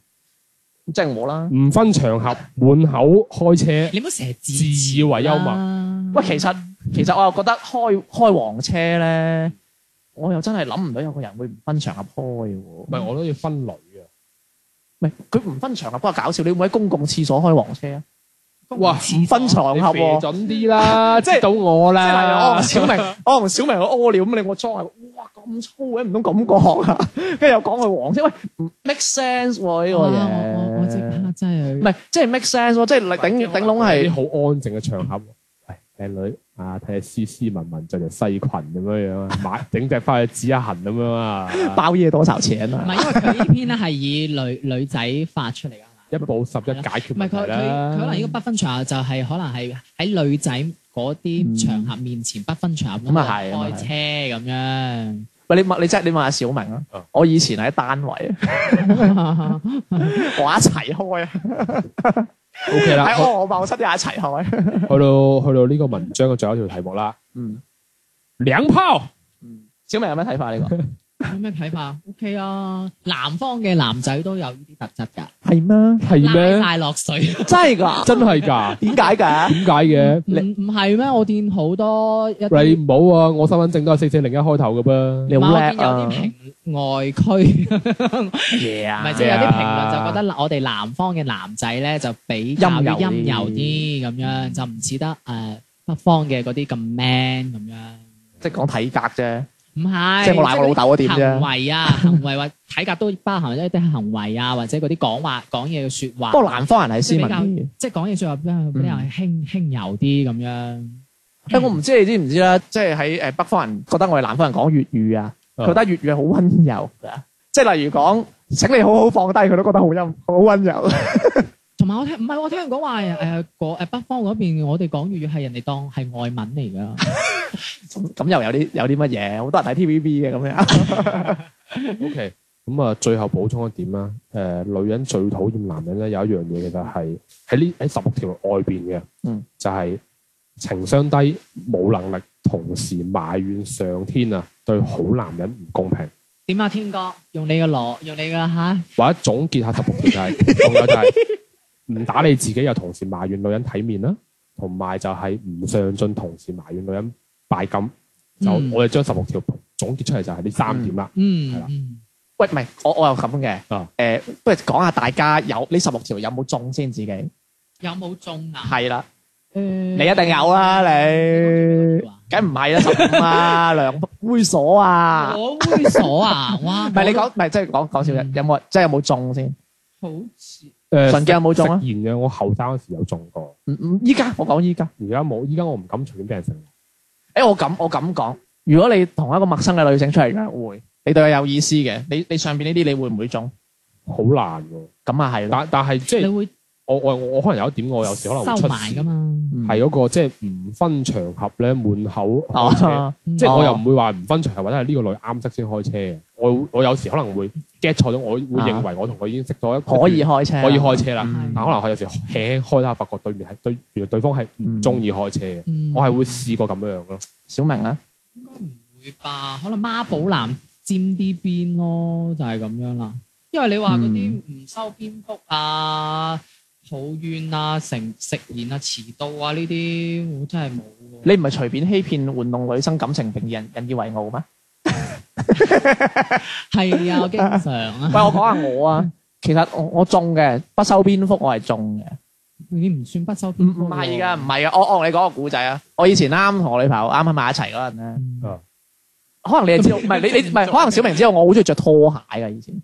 Speaker 3: 即係我啦。
Speaker 4: 唔分場合滿口開車，
Speaker 2: 你唔好成日自
Speaker 4: 自以為幽默。
Speaker 2: 默
Speaker 3: 喂，其實其實我又覺得開開黃車咧，我又真係諗唔到有個人會唔分場合開嘅喎。
Speaker 4: 唔係我都要分類啊！
Speaker 3: 唔係佢唔分場合，不過搞笑。你會唔會喺公共廁所開黃車啊？
Speaker 4: 哇
Speaker 3: 唔分場合
Speaker 4: 你
Speaker 3: 喎。
Speaker 4: 準啲啦，
Speaker 3: [LAUGHS] 即係
Speaker 4: 知道我
Speaker 3: 即係例如我
Speaker 4: 啦
Speaker 3: 同。
Speaker 2: [LAUGHS]
Speaker 3: 小明，我同小明去屙尿咁，你我裝係，哇咁粗嘅，唔通咁講啊？ [LAUGHS] 跟住又講佢黃色，喂唔 make sense 喎呢個
Speaker 2: 我哦我我即
Speaker 3: 嘢，
Speaker 2: 刻真係
Speaker 3: 唔係即係 make sense 喎，即係頂頂
Speaker 4: 啲
Speaker 3: 籠係
Speaker 4: 好安靜嘅場合。喂，靚女，啊，睇下斯斯文文着條西裙咁樣樣啊，買整隻翻去指一痕咁樣啊，
Speaker 3: 包夜多少錢
Speaker 2: 唔
Speaker 3: 啊？
Speaker 2: 係因為佢呢篇咧係以女女仔發出嚟㗎。
Speaker 4: 一步十一解決
Speaker 2: 唔係
Speaker 4: 問題
Speaker 2: 佢佢佢可能
Speaker 4: 啦。
Speaker 2: 呢個不分場合就係可能係喺女仔嗰啲場合面前不分場合
Speaker 3: 咁
Speaker 2: 咁
Speaker 3: 啊係
Speaker 2: 樣開車咁樣，
Speaker 3: 喂，你問你即係你問下小明啊
Speaker 2: 哦
Speaker 4: 嗯，
Speaker 3: 我以前喺單位 [LAUGHS] 啊， [LAUGHS] 我一齊開啊，
Speaker 4: O K 啦，去
Speaker 3: 喺我某室友一齊開。
Speaker 4: 去到去到呢個文章嘅最後一條題目啦，
Speaker 3: 嗯，
Speaker 4: 兩炮
Speaker 3: 小明有咩睇法呢個？
Speaker 2: 有咩睇法？OK 啊，南方嘅男仔都有呢啲特質㗎，
Speaker 3: 係咩？
Speaker 4: 係
Speaker 2: 拉
Speaker 4: 咩？
Speaker 2: 晒落水。
Speaker 3: 真係㗎？
Speaker 4: 真係㗎？
Speaker 3: 點解㗎？
Speaker 4: 點解嘅？
Speaker 3: 嗯
Speaker 2: 唔唔係咩？我見好多一
Speaker 4: 你
Speaker 2: 啲，
Speaker 4: 唔好啊！我身份證都係四四零一開頭嘅噃。
Speaker 3: 你好叻
Speaker 2: 我見有啲！
Speaker 3: 啊
Speaker 2: 評外區。
Speaker 3: 嘢
Speaker 2: 唔
Speaker 3: 啊
Speaker 2: 係即係有啲評論
Speaker 4: Yeah
Speaker 2: 就覺得我哋南方嘅男仔咧就比較
Speaker 3: 陰柔啲
Speaker 2: 陰柔啲咁樣，就唔似得誒、呃北方嘅嗰啲咁 man 咁樣。
Speaker 3: 即係講體格啫，
Speaker 2: 唔係，
Speaker 3: 即係我鬧我老豆嗰點
Speaker 2: 行
Speaker 3: 啫。
Speaker 2: 為啊，行為或 [LAUGHS] 體格都包含一啲行為啊，或者嗰啲講話講嘢嘅説話。
Speaker 3: 不過南嗯方人係斯文啲。
Speaker 2: 即係嗯講嘢説話比較比較輕輕柔啲咁樣。
Speaker 3: 誒，嗯我唔知你知唔知啦，即係喺誒北方人覺得我哋南方人講粵語啊，
Speaker 4: 嗯
Speaker 3: 覺得粵語係好温柔㗎，即係例如講請你好好放低，佢都覺得好陰好温柔。
Speaker 2: 同埋我聽唔係我聽人講話誒誒北方嗰邊，我哋講粵語係人哋當係外文嚟㗎。
Speaker 3: [LAUGHS] 咁又有啲有啲乜嘢？好多人睇 TVB 嘅咁樣，
Speaker 4: O K，咁啊，最後補充一點啦。誒、女人最討厭男人咧，有一樣嘢其實係喺呢喺十六條外邊嘅，
Speaker 3: 嗯，
Speaker 4: 就係、情商低、冇能力，同時埋怨上天啊，對好男人唔公平。
Speaker 2: 點啊，天哥，用你嘅羅，用你嘅嚇。
Speaker 4: 或者總結下十六條就係、仲有就係、唔打理自己，又同時埋怨女人體面啦，同埋就係唔上進，同時埋怨女人拜金。就、
Speaker 2: 嗯
Speaker 4: 我哋將十六條總結出嚟就係呢三點啦。係
Speaker 2: 嗯
Speaker 4: 啦
Speaker 2: 嗯，
Speaker 3: [LAUGHS] 喂，唔係我我又咁嘅，誒
Speaker 4: 啊、
Speaker 3: 不如講下大家有呢十六條有冇中先自己？
Speaker 2: 有冇中啊？
Speaker 3: 係啦，
Speaker 2: 誒，
Speaker 3: 你
Speaker 2: 你
Speaker 3: 一定有啦，你梗唔係啦，十五 [LAUGHS] 啊，梁猥瑣啊，
Speaker 2: 我猥瑣
Speaker 3: [LAUGHS]
Speaker 2: 啊！哇，
Speaker 3: 唔係你講，
Speaker 2: 我
Speaker 3: 唔係即係講講笑啫，
Speaker 2: 嗯
Speaker 3: 有冇即係有冇中先？
Speaker 2: 都好似
Speaker 4: 誒
Speaker 3: 純潔有冇中啊
Speaker 4: 食言嘅，我後生嗰時有中過。
Speaker 3: 唔唔，依家我講依家。
Speaker 4: 而家冇，依家我唔敢隨便俾人食。
Speaker 3: 诶、我咁我咁講，如果你同一個陌生嘅女性出嚟約會，你對佢有意思嘅，你你上边呢啲你會唔會中？
Speaker 4: 好難喎。
Speaker 3: 咁啊係咯，
Speaker 4: 但但係即
Speaker 2: 你
Speaker 4: 係
Speaker 2: 會
Speaker 4: 我我我可能有一點，我有時可能會
Speaker 2: 收
Speaker 4: 出
Speaker 2: 埋
Speaker 4: 事
Speaker 2: 噶，嘛？
Speaker 4: 係
Speaker 3: 咯，
Speaker 4: 嗰個即係唔分場合咧，滿口開車
Speaker 3: 嗯哦，
Speaker 4: 即係我
Speaker 3: 哦
Speaker 4: 又唔會話唔分場合，或者係呢個女啱識先開車嘅。我會我有時可能會 get 錯咗，我會認為我同佢已經識咗一
Speaker 3: 啊可以開車，
Speaker 4: 可以開車啦。
Speaker 3: 嗯
Speaker 4: 但可能我有時輕輕開啦，發覺對面係對原來對方係唔中意開車嘅，
Speaker 2: 嗯
Speaker 4: 我係會試過咁樣咯。
Speaker 3: 小明啊，
Speaker 2: 會吧？可能孖寶男尖啲邊咯，就係咁樣啦。因為你話嗰啲唔收邊幅啊、抱怨啊、成食言啊、遲到啊呢啲，我真係冇喎。
Speaker 3: [LAUGHS] 你唔係隨便欺騙玩弄女生感情並人引以為傲咩？
Speaker 2: 係啊，我經常
Speaker 3: 喂，
Speaker 2: 啊，
Speaker 3: 我講下我啊， [LAUGHS] 其實我我中嘅，不修邊幅我係中嘅，
Speaker 2: 你唔算不收
Speaker 3: 唔
Speaker 2: 邊幅
Speaker 3: 唔係
Speaker 2: 喎
Speaker 3: 噶，唔係噶，我我同你講個古仔啊，我以前啱同我女朋友啱啱埋一齊嗰陣咧，
Speaker 2: 嗯
Speaker 3: 可能你 [LAUGHS] 係知道，唔係你你唔係，可能小明知道我好中意着拖鞋嘅以前，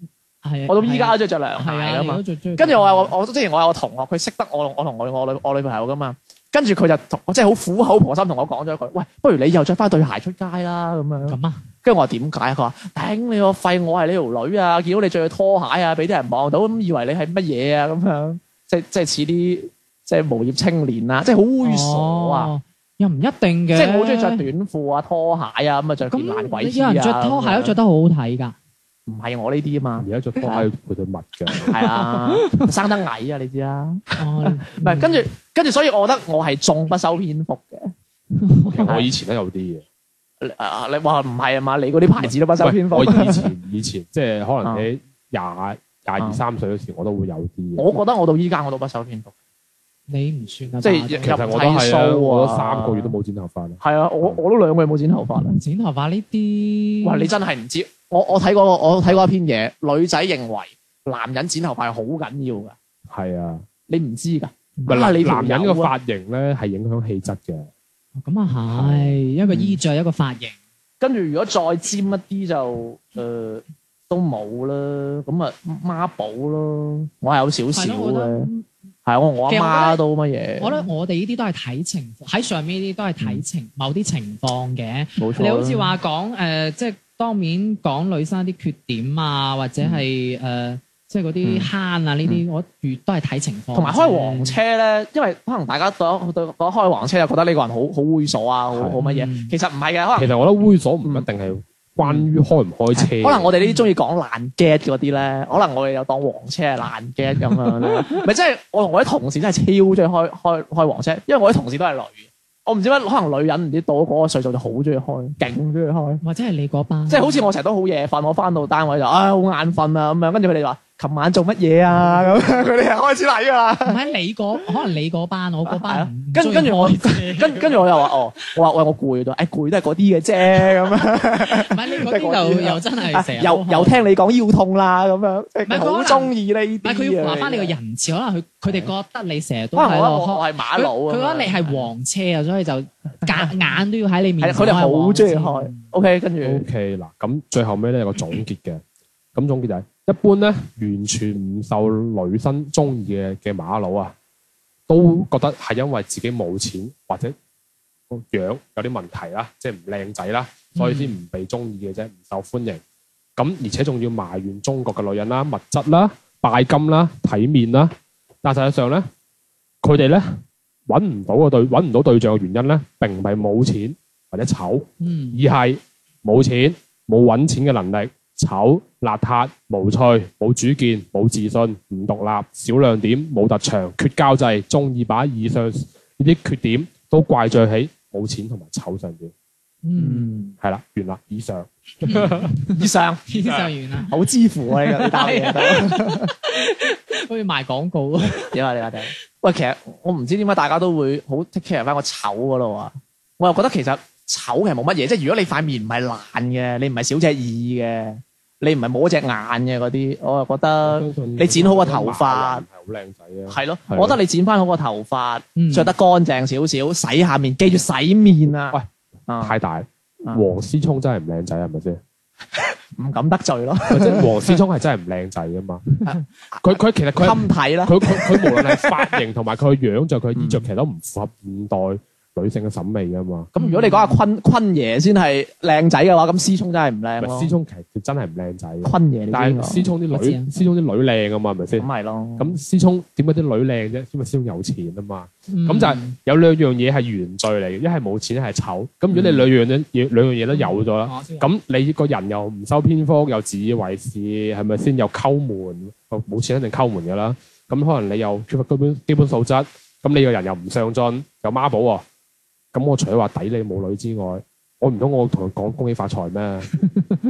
Speaker 2: 係啊
Speaker 3: 我到依家
Speaker 2: 係
Speaker 3: 都中意着涼
Speaker 2: 啊
Speaker 3: 鞋
Speaker 2: 係啊，
Speaker 3: 噶嘛
Speaker 2: 你。都最中意
Speaker 3: 跟住我有我之前我有個同學，佢識得我同我同我我女我女朋友噶嘛，跟住佢就同即係好苦口婆心同我講咗一句，喂，不如你又着翻對鞋出街啦咁樣。
Speaker 2: 咁啊，
Speaker 3: 跟住我話點解？佢話頂你個肺，我係你條女啊，見到你着對拖鞋啊，俾啲人望到咁以為你係乜嘢啊咁樣，即係即係似啲即係無業青年啊，即係好猥瑣啊！
Speaker 2: 哦，又唔一定
Speaker 3: 即
Speaker 2: 嘅，
Speaker 3: 係我好中意着短褲啊、拖鞋啊，咁啊着件爛
Speaker 2: 咁
Speaker 3: 鬼
Speaker 2: 你
Speaker 3: 衣
Speaker 2: 有
Speaker 3: 啊。
Speaker 2: 人着拖鞋都着得好好睇
Speaker 3: [LAUGHS]
Speaker 2: 㗎，
Speaker 3: 唔係我呢啲啊嘛，
Speaker 4: 而家着拖鞋配對襪嘅，
Speaker 3: 係啊，
Speaker 2: [LAUGHS]
Speaker 3: 生得矮啊，你知啦。
Speaker 2: 哦
Speaker 3: 唔係，跟住跟住，所以我覺得我係中不修邊幅嘅。
Speaker 4: 其實我以前都有啲嘅。
Speaker 3: 你啊，你話唔係啊嘛？你嗰啲牌子都不修邊幅
Speaker 4: 喂我。以前以前即係可
Speaker 3: 啊
Speaker 4: 能喺廿廿二三歲嗰時，我都會有啲嘅。
Speaker 3: 我覺得我到依家我都不修邊幅。
Speaker 2: 你唔算啊，
Speaker 3: 即係
Speaker 2: 巴
Speaker 4: 其
Speaker 2: 總
Speaker 4: 實我都係
Speaker 3: 入剃鬚啊
Speaker 4: 啊，我都三個月都冇剪頭髮啦。
Speaker 3: 係啊，我
Speaker 2: 嗯
Speaker 3: 我都兩個月冇剪頭髮啦。啊
Speaker 2: 剪頭髮呢啲，
Speaker 3: 哇！你真係唔知，我我睇過我睇過一篇嘢，女仔認為男人剪頭髮係好緊要㗎，
Speaker 4: 係啊，
Speaker 3: 你唔知㗎。
Speaker 4: 唔
Speaker 3: 啊你
Speaker 4: 係
Speaker 3: 條
Speaker 4: 男男人嘅
Speaker 3: 友啊
Speaker 4: 髮型咧係影響氣質嘅。
Speaker 2: 咁啊係一
Speaker 3: 嗯
Speaker 2: 個衣着一個髮型，
Speaker 3: 跟住如果再尖一啲就呃誒都冇啦，咁啊孖寶咯，我係有少少
Speaker 2: 係咯，我覺得
Speaker 3: 嘅。係我我
Speaker 2: 其實我
Speaker 3: 阿
Speaker 2: 覺
Speaker 3: 媽都乜嘢，
Speaker 2: 我覺得我哋呢啲都係睇情況，喺上面呢啲都係睇
Speaker 3: 嗯
Speaker 2: 情某啲情況嘅。
Speaker 3: 冇錯啦。
Speaker 2: 你好似話講誒，即係當面講女生啲缺點啊，或者係
Speaker 3: 嗯
Speaker 2: 誒，即係嗰啲慳啊呢啲，我越都係睇情況。
Speaker 3: 同埋開黃車咧，因為可能大家對對講開黃車就覺得呢個人好好猥瑣啊，好
Speaker 4: 係
Speaker 3: 好乜
Speaker 2: 嗯
Speaker 3: 嘢。其實唔係嘅，可
Speaker 4: 其實
Speaker 3: 能嗯
Speaker 4: 我覺得猥瑣唔一定係關於開唔開車，
Speaker 3: 可能我哋呢啲中意講爛 get 嗰啲咧，可能我哋又當黃車係爛 get 咁樣 [LAUGHS] 啦。咪即係我同我啲同事真係超中意開開開黃車，因為我啲同事都係女嘅。我唔知點解，可能女人唔知到嗰個歲數就好中意開，勁中意開。
Speaker 2: 或者係你嗰班，
Speaker 3: 即係好似我成日都好夜瞓，我翻到單位就唉好眼瞓啊咁樣，跟住佢哋話琴晚做乜嘢啊咁樣， [LAUGHS] 佢哋又開始嚟㗎啦。
Speaker 2: 唔係你嗰，可能你嗰班，我嗰
Speaker 3: 係
Speaker 2: 班
Speaker 3: 啊
Speaker 2: 唔
Speaker 3: 跟跟住我
Speaker 2: 中意開車
Speaker 3: 跟跟住我又話哦，我話喂我攰到，誒攰都係嗰啲嘅啫咁樣。
Speaker 2: 唔係你嗰啲就又真係成日
Speaker 3: 又
Speaker 2: 都
Speaker 3: 又啊聽你講腰痛啦咁樣，即係
Speaker 2: 係佢
Speaker 3: 好中意呢啲
Speaker 2: 唔係
Speaker 3: 嘢。
Speaker 2: 佢要話翻你個人設，可能佢佢哋覺得你成日都
Speaker 3: 可
Speaker 2: 喺
Speaker 3: 能我
Speaker 2: 度
Speaker 3: 我
Speaker 2: 開
Speaker 3: 我係馬佬啊
Speaker 2: 佢覺
Speaker 3: 嘛，
Speaker 2: 得你係黃車啊，所
Speaker 3: [LAUGHS]
Speaker 2: 以就夾眼都要喺你面
Speaker 3: 係
Speaker 2: 前
Speaker 3: 啊
Speaker 2: 開
Speaker 3: 佢哋
Speaker 2: 黃車。
Speaker 3: 好中意開。OK，跟
Speaker 4: O
Speaker 3: 住
Speaker 4: K 嗱，咁最後尾咧有個總結嘅，咁總結就係、一般咧完全唔受女生中意嘅嘅馬佬啊，都覺得係因為自己冇錢或者個樣有啲問題啦，即係唔靚仔啦，所以先唔被中意嘅啫，唔受歡迎。咁而且仲要埋怨中國嘅女人啦、物質啦、拜金啦、體面啦，但實際上咧，佢哋咧揾唔到個對揾唔到對象嘅原因咧，並唔係冇錢或者醜。
Speaker 2: 嗯，
Speaker 4: 而係冇錢、冇揾錢嘅能力、醜、邋遢、無趣、冇主見、冇自信、唔獨立、少亮點、冇特長、缺交際，中意把以上呢啲缺點都怪罪喺冇錢同埋醜上邊。
Speaker 2: 嗯， [LAUGHS]
Speaker 4: 係啦，完啦，以上
Speaker 3: 以上
Speaker 2: 天上完啦，
Speaker 3: 好支付啊呢個呢單
Speaker 2: [LAUGHS]
Speaker 3: 嘢都。
Speaker 2: 好似賣
Speaker 3: [LAUGHS]
Speaker 2: 廣告啊。
Speaker 3: 你話你話定？喂，其實我唔知點解大家都會好 take care 翻個醜嗰度啊！我又覺得其實醜其實冇乜嘢，即係如果你塊面唔係爛嘅，你唔係少隻耳嘅，你唔係冇一隻眼嘅嗰啲，我又覺得呃你剪好個頭
Speaker 4: 係
Speaker 3: 髮
Speaker 4: 好靚仔啊！
Speaker 3: 係咯。
Speaker 4: 係咯
Speaker 3: 我覺得你剪翻好個頭髮
Speaker 2: 嗯，
Speaker 3: 着得乾淨少少，洗下面，記住洗面啊！
Speaker 4: 嗯喂
Speaker 3: 啊，
Speaker 4: 太大，
Speaker 3: 啊
Speaker 4: 黃思聰真係唔靚仔係咪先？ [LAUGHS]
Speaker 3: 唔敢得罪咯，
Speaker 4: 即係黃思聰係真係唔靚仔噶嘛？佢佢其實佢
Speaker 3: 襟睇啦。
Speaker 4: 佢佢佢無論係髮型同埋佢嘅樣，就佢嘅衣着，其實都唔符合現代女性嘅審美噶嘛。
Speaker 3: 咁如果你講下坤坤爺先係靚仔嘅話，咁思聰真係唔靚
Speaker 4: 嗯咪
Speaker 3: 咯
Speaker 4: 思。聰其實佢真係唔靚仔嘅，
Speaker 3: 坤爺你
Speaker 4: 但
Speaker 3: 邊
Speaker 4: 係思
Speaker 3: 個？
Speaker 4: 聰啲
Speaker 2: 啊我知啊嗯
Speaker 4: 女，思聰啲女靚啊嘛，係咪
Speaker 3: 咁
Speaker 4: 先？
Speaker 3: 咪咯。
Speaker 4: 咁思聰點解啲女靚啫？因為思聰有錢啊嘛。
Speaker 2: 咁
Speaker 4: 咁就係有兩樣嘢係原罪嚟嘅，一係冇錢，一係醜。咁如果你
Speaker 2: 嗯
Speaker 4: 兩樣嘢兩樣嘢都有咗啦，
Speaker 2: 咁
Speaker 4: 咁你個人又唔修邊幅，又自以為是，係咪先？又溝門，冇錢肯定溝門㗎啦。咁可能你又缺乏基本基本素質，咁你個人又唔上進，又媽寶喎。咁我除咗話抵你冇女之外，我唔通我同佢講恭喜發財
Speaker 3: [LAUGHS]
Speaker 4: 咩？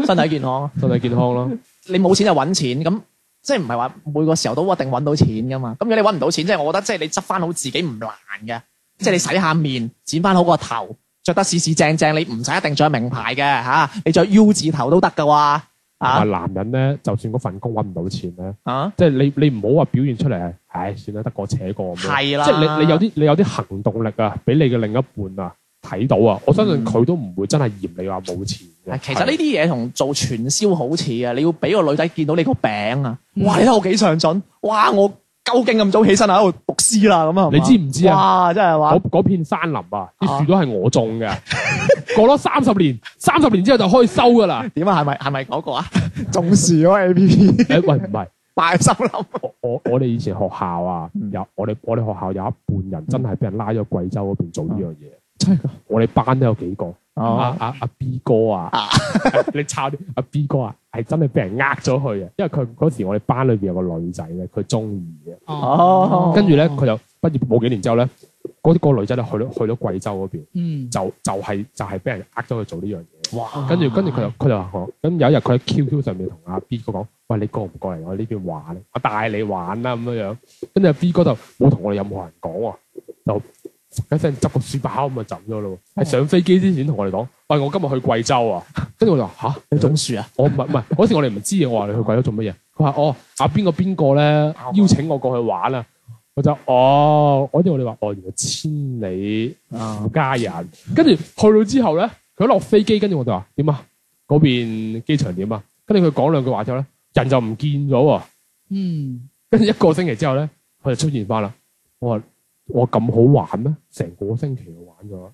Speaker 3: 身體健康。
Speaker 4: 身體健康咯。
Speaker 3: 你冇錢就揾錢，咁即係唔係話每個時候都一定揾到錢噶嘛？咁如果你揾唔到錢，即係我覺得即係你執翻好自己唔難嘅，即係你洗下面，剪翻好個頭，着得四四正正，你唔使一定着名牌嘅嚇、你着 U 字頭都得噶喎
Speaker 4: 同
Speaker 3: 啊
Speaker 4: 埋男人咧，就算嗰份工揾唔到錢咧，
Speaker 3: 啊！
Speaker 4: 即係你你唔好話表現出嚟係，唉，算啦，得過且過咁樣。
Speaker 3: 係啦
Speaker 4: 即係你你有啲你有啲行動力啊，俾你嘅另一半啊睇到啊，我相信佢都唔會真係嫌你話冇錢嘅。
Speaker 3: 啊其實呢啲嘢同做傳銷好似啊，你要俾個女仔見到你個餅啊！哇，你睇我幾上進，哇！我究竟咁早起身喺度讀詩啦，咁啊，
Speaker 4: 你知唔知啊？
Speaker 3: 哇！真係話
Speaker 4: 嗰嗰片山林啊，啲
Speaker 3: 啊
Speaker 4: 樹都係我種嘅，
Speaker 3: [LAUGHS]
Speaker 4: 過咗三十年，三十年之後就可以收㗎啦。 [LAUGHS]
Speaker 3: 點啊？係咪係咪嗰個啊？ [LAUGHS] 種樹嗰個 A P [LAUGHS] P
Speaker 4: 誒喂，唔係，
Speaker 3: 賣心諗。
Speaker 4: 我我我哋以前學校啊，
Speaker 3: 嗯
Speaker 4: 有我哋我哋學校有一半人真係俾人拉咗貴州嗰邊做呢樣嘢。
Speaker 3: 真係㗎
Speaker 4: 我哋班都有幾個。
Speaker 3: 哦
Speaker 4: 啊啊啊 B 哥啊，
Speaker 3: 啊
Speaker 4: [LAUGHS] 你抄啲阿 B 哥啊，係真係俾人呃咗佢嘅，因為佢嗰時我哋班裏邊有個女仔咧，佢中意嘅，
Speaker 3: 哦
Speaker 4: 跟住咧佢就畢業冇幾年之後咧，嗰、個女仔就去咗去咗貴州嗰邊，
Speaker 2: 嗯
Speaker 4: 就就係、就係、俾人呃咗佢做呢樣嘢。
Speaker 3: 哇
Speaker 4: 跟住跟住佢就佢就話我，咁有一日佢喺 QQ 上面同阿 B 哥講：，喂，你過唔過嚟我呢邊玩咧？啊我帶你玩啦咁樣樣。跟住阿 B 哥就冇同我哋任何人講喎，就一聲執個書包咁就走咗咯喎。係上飛機之前同我哋講：，喂，我今日去貴州啊。跟住我就話吓，
Speaker 3: 你種樹啊？
Speaker 4: 我唔係唔係嗰時我哋唔知嘅，我話你去貴州做乜嘢？佢話哦，阿邊個邊個咧邀請我過去玩啊。我就哦，嗰啲我哋話哦，原來千里
Speaker 3: 啊
Speaker 4: 附家人。跟住去到之後咧，佢一落飛機，跟住我就話點啊？嗰邊機場點啊？跟住佢講兩句話之後咧，人就唔見咗喎。
Speaker 2: 嗯
Speaker 4: 跟住一個星期之後咧，佢就出現翻啦。我話我咁好玩咩？成個星期就玩咗，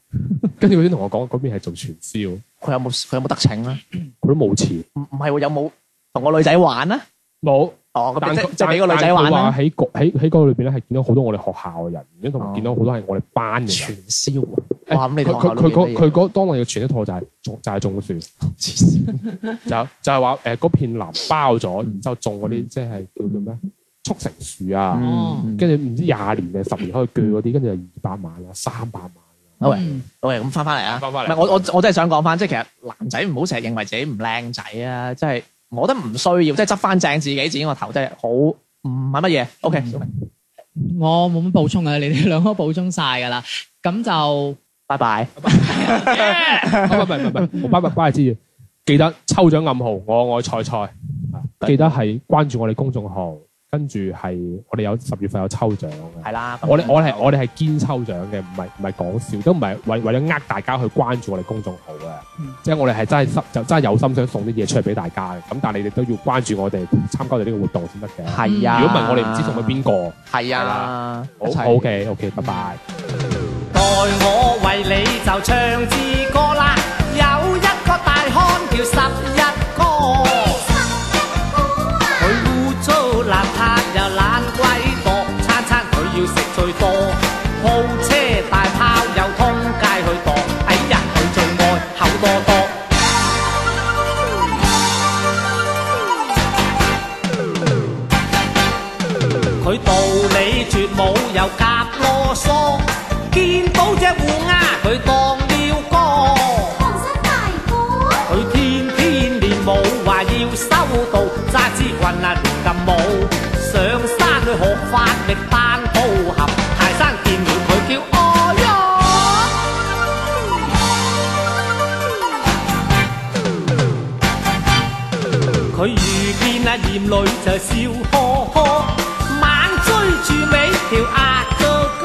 Speaker 4: 跟住佢先同我講嗰邊係做傳銷，
Speaker 3: 佢有冇佢有冇得逞啊？
Speaker 4: 佢都冇錢，
Speaker 3: 唔唔係喎，有冇同個女仔玩啊？
Speaker 4: 冇。
Speaker 3: 哦，咁
Speaker 4: 但
Speaker 3: 即
Speaker 4: 佢
Speaker 3: 即係俾個女仔
Speaker 4: 但
Speaker 3: 玩
Speaker 4: 佢話
Speaker 3: 啦，
Speaker 4: 喺個喺喺嗰裏邊咧係見到好多我哋學校嘅人，跟住同
Speaker 3: 哦
Speaker 4: 埋見到好多係我哋班嘅人。
Speaker 3: 傳銷啊。
Speaker 4: 誒
Speaker 3: 哇！咁你
Speaker 4: 佢
Speaker 3: 哋學校
Speaker 4: 佢佢
Speaker 3: 裏邊
Speaker 4: 嗰
Speaker 3: 咩嘢
Speaker 4: 佢嗰當日嘅傳一套就係種就係種樹，
Speaker 3: 黐線
Speaker 4: 就就係話誒嗰片林包咗，然之後種嗰啲即係叫做咩速成樹啊，
Speaker 2: 哦
Speaker 3: 嗯
Speaker 4: 跟住唔知廿年定十年可以鋸嗰啲，跟住就二百萬啊、三百萬。
Speaker 3: 好啊
Speaker 2: 嗯
Speaker 3: 喂，咁翻翻嚟啊！
Speaker 4: 返返嚟
Speaker 3: 唔係我我我真係想講翻，即係其實男仔唔好成日認為自己唔靚仔啊！即係我覺得唔需要，即係執翻正自己自己個頭，真係好唔係乜嘢。OK，小
Speaker 4: 嗯
Speaker 3: 明，
Speaker 2: 我冇乜補充啊，你哋兩個補充晒㗎啦。咁
Speaker 3: [LAUGHS]
Speaker 2: 就
Speaker 3: 拜拜。
Speaker 4: 唔係唔係唔係唔係，我巴不巴係知嘅。記得抽獎暗號，我愛菜菜。記得係關注我哋公眾號，跟住係我哋有十月份有抽獎嘅。
Speaker 3: 係啦，咁
Speaker 4: 我哋我哋係我哋係堅抽獎嘅，唔係唔係講笑，都唔係為為咗呃大家去關注我哋公眾號嘅，
Speaker 2: 嗯
Speaker 4: 即係我哋係真係心就真係有心想送啲嘢出嚟俾大家嘅。咁但係你哋都要關注我哋，參加我哋呢個活動先得嘅。
Speaker 3: 係啊，
Speaker 4: 嗯如果唔係，我哋唔知送俾邊個。
Speaker 3: 係
Speaker 4: 係
Speaker 3: 啊，一齊
Speaker 4: 好 OK OK，拜拜。
Speaker 5: 代我為你就唱支歌啦，有一個大漢叫十一哥，佢污糟邋遢又懶龜惰，餐餐佢要食最多，好車大炮又通街去度，哎呀佢最愛口多多。佢道理絕冇又夾啰嗦，見到只烏鴉佢當了哥，佢天天練武話要修道，揸支棍啊亂咁舞，上山去學法力單刀俠，泰山見了佢叫哦喲。佢遇見阿艷女就笑呵呵，猛追住尾條阿哥哥。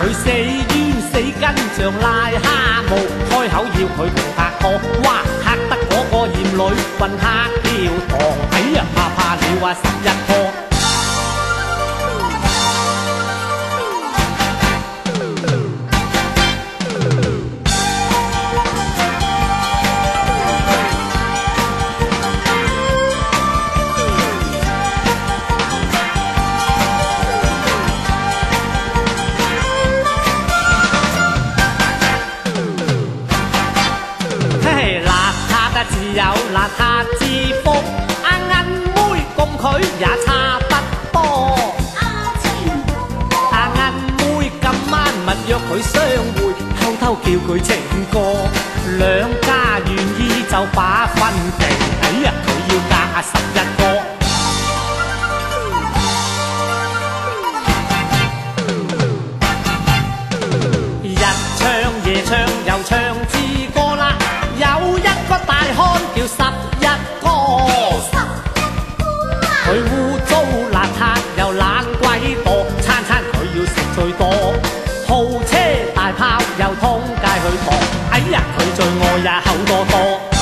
Speaker 5: 佢死冤死跟像癞蝦毛，開口要佢同拍拖，哇嚇得嗰個艷女混黑掉堂，哎呀怕怕了啊十一哥。嘿，邋遢啊自有邋遢之福，阿銀妹共佢也差不多。阿銀妹今晚密約佢相會，偷偷叫佢情歌，兩家願意就把分定。哎呀，佢要嫁阿十一個。日唱夜唱又唱支歌啦，有一個大漢叫十一哥，佢污糟邋遢又懶鬼惰，餐餐佢要食最多，豪車大炮又通街去度，哎呀佢最愛也口多多。